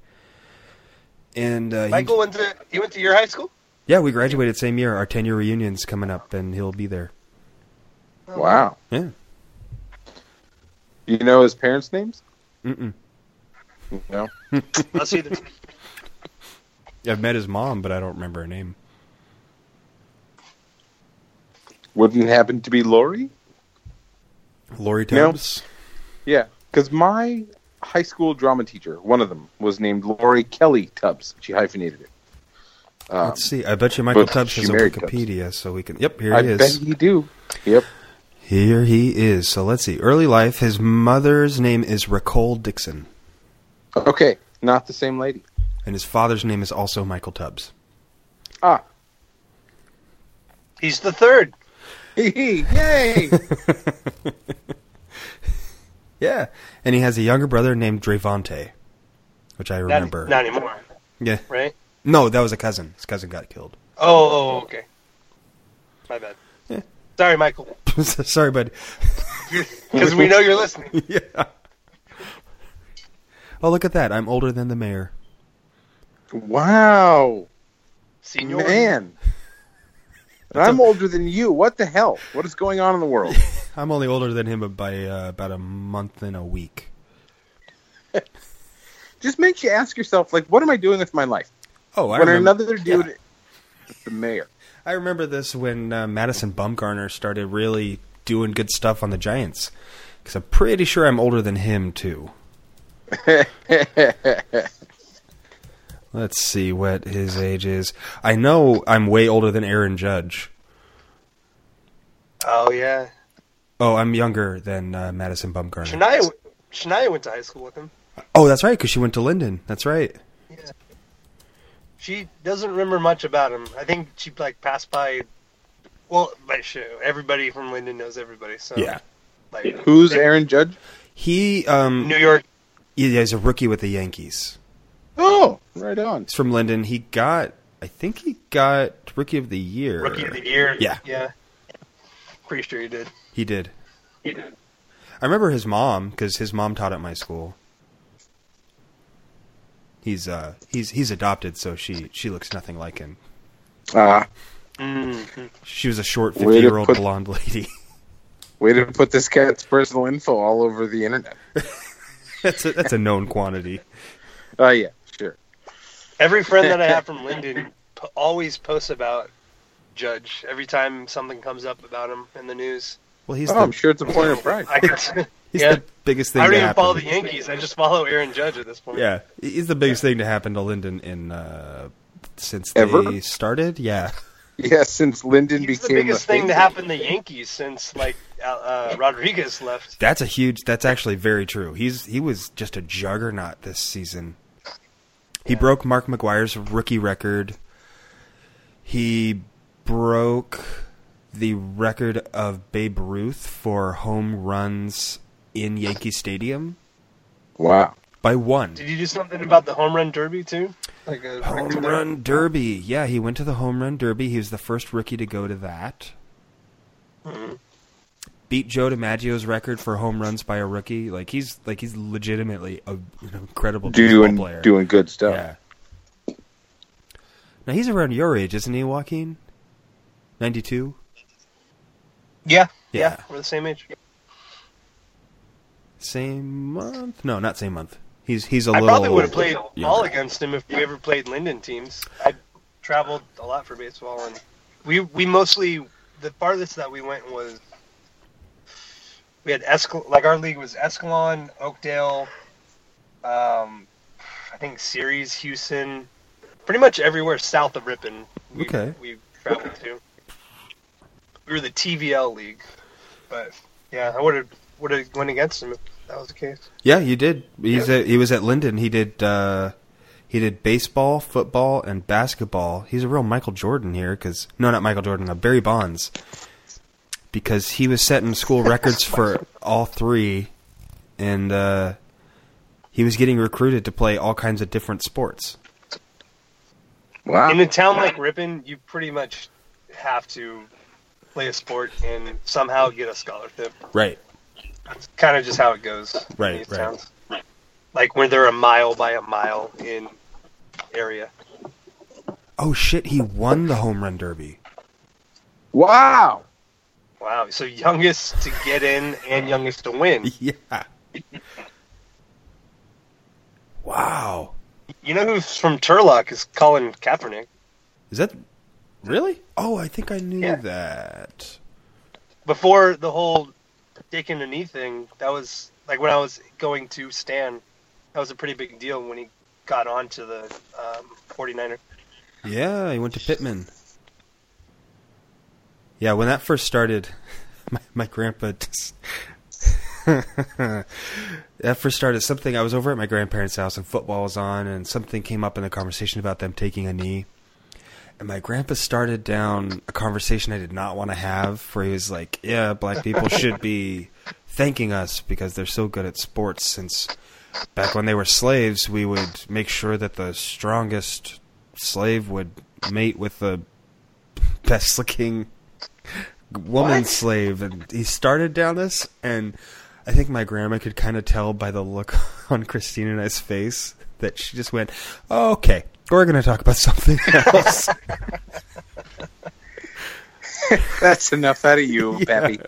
[SPEAKER 1] And uh, he-
[SPEAKER 2] Michael went to he went to your high school.
[SPEAKER 1] yeah, we graduated same year. Our ten year reunion's coming up, and he'll be there.
[SPEAKER 3] Wow.
[SPEAKER 1] Yeah,
[SPEAKER 3] You know his parents' names?
[SPEAKER 1] Mm-mm.
[SPEAKER 3] No.
[SPEAKER 2] I'll see the
[SPEAKER 1] I've met his mom, but I don't remember her name.
[SPEAKER 3] Wouldn't happen to be Lori?
[SPEAKER 1] Lori
[SPEAKER 3] No.
[SPEAKER 1] Tubbs.
[SPEAKER 3] Yeah, because my high school drama teacher, one of them, was named Lori Kelly Tubbs. She hyphenated it. Um,
[SPEAKER 1] Let's see. I bet you Michael
[SPEAKER 3] but
[SPEAKER 1] Tubbs
[SPEAKER 3] she
[SPEAKER 1] has a
[SPEAKER 3] married
[SPEAKER 1] Wikipedia, so we can. Yep, here
[SPEAKER 3] I
[SPEAKER 1] he is.
[SPEAKER 3] bet you do. Yep.
[SPEAKER 1] Here he is. So let's see. Early life. His mother's name is Ricole Dixon,
[SPEAKER 3] Okay, not the same lady.
[SPEAKER 1] and his father's name is also Michael Tubbs.
[SPEAKER 3] Ah,
[SPEAKER 2] he's the third.
[SPEAKER 3] hee hee, yay!
[SPEAKER 1] Yeah, and he has a younger brother named Dravante, which I
[SPEAKER 2] Not-
[SPEAKER 1] remember.
[SPEAKER 2] not anymore,
[SPEAKER 1] yeah.
[SPEAKER 2] right?
[SPEAKER 1] No, that was a cousin. His cousin got killed.
[SPEAKER 2] Oh, oh, okay. My bad.
[SPEAKER 1] Yeah.
[SPEAKER 2] Sorry, Michael,
[SPEAKER 1] So- Sorry, bud.
[SPEAKER 2] because we know you're listening.
[SPEAKER 1] yeah. Oh, look at that. I'm older than the mayor.
[SPEAKER 3] wow,
[SPEAKER 2] Senior
[SPEAKER 3] man. And I'm older than you. What the hell? What is going on in the world?
[SPEAKER 1] I'm only older than him by uh, about a month and a week.
[SPEAKER 3] Just makes you ask yourself, like, what am I doing with my life?
[SPEAKER 1] Oh, I
[SPEAKER 3] when
[SPEAKER 1] remember,
[SPEAKER 3] another dude, the mayor.
[SPEAKER 1] I remember this when uh, Madison Bumgarner started really doing good stuff on the Giants. Because I'm pretty sure I'm older than him, too. Let's see what his age is. I know I'm way older than Aaron Judge.
[SPEAKER 2] Oh yeah,
[SPEAKER 1] Oh, I'm younger than uh, Madison Bumgarner.
[SPEAKER 2] Shania Shania went to high school with him.
[SPEAKER 1] Oh, that's right, because she went to Linden. That's right.
[SPEAKER 2] She doesn't remember much about him. I think she like passed by. Well, by show everybody from Linden knows everybody. So
[SPEAKER 1] Yeah.
[SPEAKER 2] like
[SPEAKER 3] Who's
[SPEAKER 2] they-
[SPEAKER 3] Aaron Judge?
[SPEAKER 1] He um
[SPEAKER 2] New York.
[SPEAKER 1] he- he's a rookie with the Yankees.
[SPEAKER 3] Oh, right on.
[SPEAKER 1] He's from Linden. He got I think he got rookie of the year.
[SPEAKER 2] Rookie of the Year.
[SPEAKER 1] Yeah.
[SPEAKER 2] Yeah. Pretty sure he did.
[SPEAKER 1] He did. I remember his mom because his mom taught at my school. He's uh he's he's adopted, so she she looks nothing like him.
[SPEAKER 3] Ah,
[SPEAKER 2] Mm-hmm.
[SPEAKER 1] She was a short
[SPEAKER 3] Way to
[SPEAKER 1] fifty year old
[SPEAKER 3] put-
[SPEAKER 1] blonde lady.
[SPEAKER 3] way to put this cat's personal info all over the internet.
[SPEAKER 1] that's a, that's a known quantity.
[SPEAKER 3] Oh yeah, sure.
[SPEAKER 2] Every friend that I have from Linden p- always posts about Judge every time something comes up about him in the news.
[SPEAKER 1] Well, he's
[SPEAKER 3] Oh, I'm
[SPEAKER 1] the
[SPEAKER 3] sure it's a point of pride.
[SPEAKER 2] I, could-
[SPEAKER 1] he's
[SPEAKER 2] yeah.
[SPEAKER 1] the biggest thing.
[SPEAKER 2] I don't
[SPEAKER 1] to
[SPEAKER 2] even follow the
[SPEAKER 1] happen.
[SPEAKER 2] Yankees. I just follow Aaron Judge at this point.
[SPEAKER 1] Yeah, he's the biggest thing to happen to Linden in uh, since
[SPEAKER 3] Ever?
[SPEAKER 1] they started. Yeah,
[SPEAKER 3] Yeah, since Lyndon
[SPEAKER 2] It's the
[SPEAKER 3] became
[SPEAKER 2] biggest
[SPEAKER 3] a
[SPEAKER 2] thing to
[SPEAKER 3] thing.
[SPEAKER 2] happen to the Yankees since like uh, uh, Rodriguez left.
[SPEAKER 1] that's a huge. That's actually very true. He's he was just a juggernaut this season. He
[SPEAKER 2] Yeah.
[SPEAKER 1] broke Mark McGuire's rookie record. He broke the record of Babe Ruth for home runs in Yankee Stadium
[SPEAKER 3] Wow.
[SPEAKER 1] by one.
[SPEAKER 2] Did you do something about the home run derby too? Like a
[SPEAKER 1] Home Run Derby. Yeah, he went to the Home Run Derby. He was the first rookie to go to that. Beat Joe DiMaggio's record for home runs by a rookie. Like he's like he's legitimately a, an incredible baseball
[SPEAKER 3] Doing
[SPEAKER 1] player.
[SPEAKER 3] doing good stuff.
[SPEAKER 1] yeah. Now he's around your age, isn't he, Joaquin? Ninety two.
[SPEAKER 2] Yeah, yeah,
[SPEAKER 1] Yeah.
[SPEAKER 2] we're the same age.
[SPEAKER 1] Same month? No, not same month. He's he's a
[SPEAKER 2] I
[SPEAKER 1] little.
[SPEAKER 2] probably would have played
[SPEAKER 1] younger.
[SPEAKER 2] all against him if we ever played Linden teams. I traveled a lot for baseball, and we we mostly the farthest that we went was we had Escal like our league was Escalon, Oakdale, um, I think Ceres, Houston, pretty much everywhere south of Ripon. We,
[SPEAKER 1] Okay.
[SPEAKER 2] we traveled to. We were the TVL league, but yeah, I would have would have went against him if that was the case.
[SPEAKER 1] Yeah, you did. He's a, he was at Linden. He did uh, he did baseball, football, and basketball. He's a real Michael Jordan here, because no, not Michael Jordan, uh, Barry Bonds, because he was setting school records for all three, and uh, he was getting recruited to play all kinds of different sports.
[SPEAKER 3] Wow.
[SPEAKER 2] in a town like
[SPEAKER 1] Um,
[SPEAKER 2] Ripon, you pretty much have to play a sport and somehow get a scholarship.
[SPEAKER 1] Right.
[SPEAKER 2] That's kind of just how it goes. in
[SPEAKER 1] Right,
[SPEAKER 2] these
[SPEAKER 1] right.
[SPEAKER 2] Towns. Like when they're a mile by a mile in area.
[SPEAKER 1] Oh shit! He won the home run derby.
[SPEAKER 3] Wow.
[SPEAKER 2] Wow. So youngest to get in and youngest to win.
[SPEAKER 1] Yeah. Wow.
[SPEAKER 2] You know who's from Turlock is Colin Kaepernick.
[SPEAKER 1] Is that really? Oh, I think I knew
[SPEAKER 2] Yeah.
[SPEAKER 1] that.
[SPEAKER 2] Before the whole taking a knee thing, that was like when I was going to Stan, that was a pretty big deal when he got onto the um, 49er.
[SPEAKER 1] Yeah, he went to Pittman. Yeah, when that first started, my, my grandpa. Just that first started something. I was over at my grandparents' house and football was on, and something came up in the conversation about them taking a knee. And my grandpa started down a conversation I did not want to have, where he was like, "Yeah, black people should be thanking us because they're so good at sports. Since back when they were slaves, we would make sure that the strongest slave would mate with the best looking woman
[SPEAKER 2] What?
[SPEAKER 1] slave and he started down this and i think my grandma could kind of tell by the look on christina and i's face that she just went oh, okay we're going to talk about something else
[SPEAKER 3] That's enough out of you, Pappy.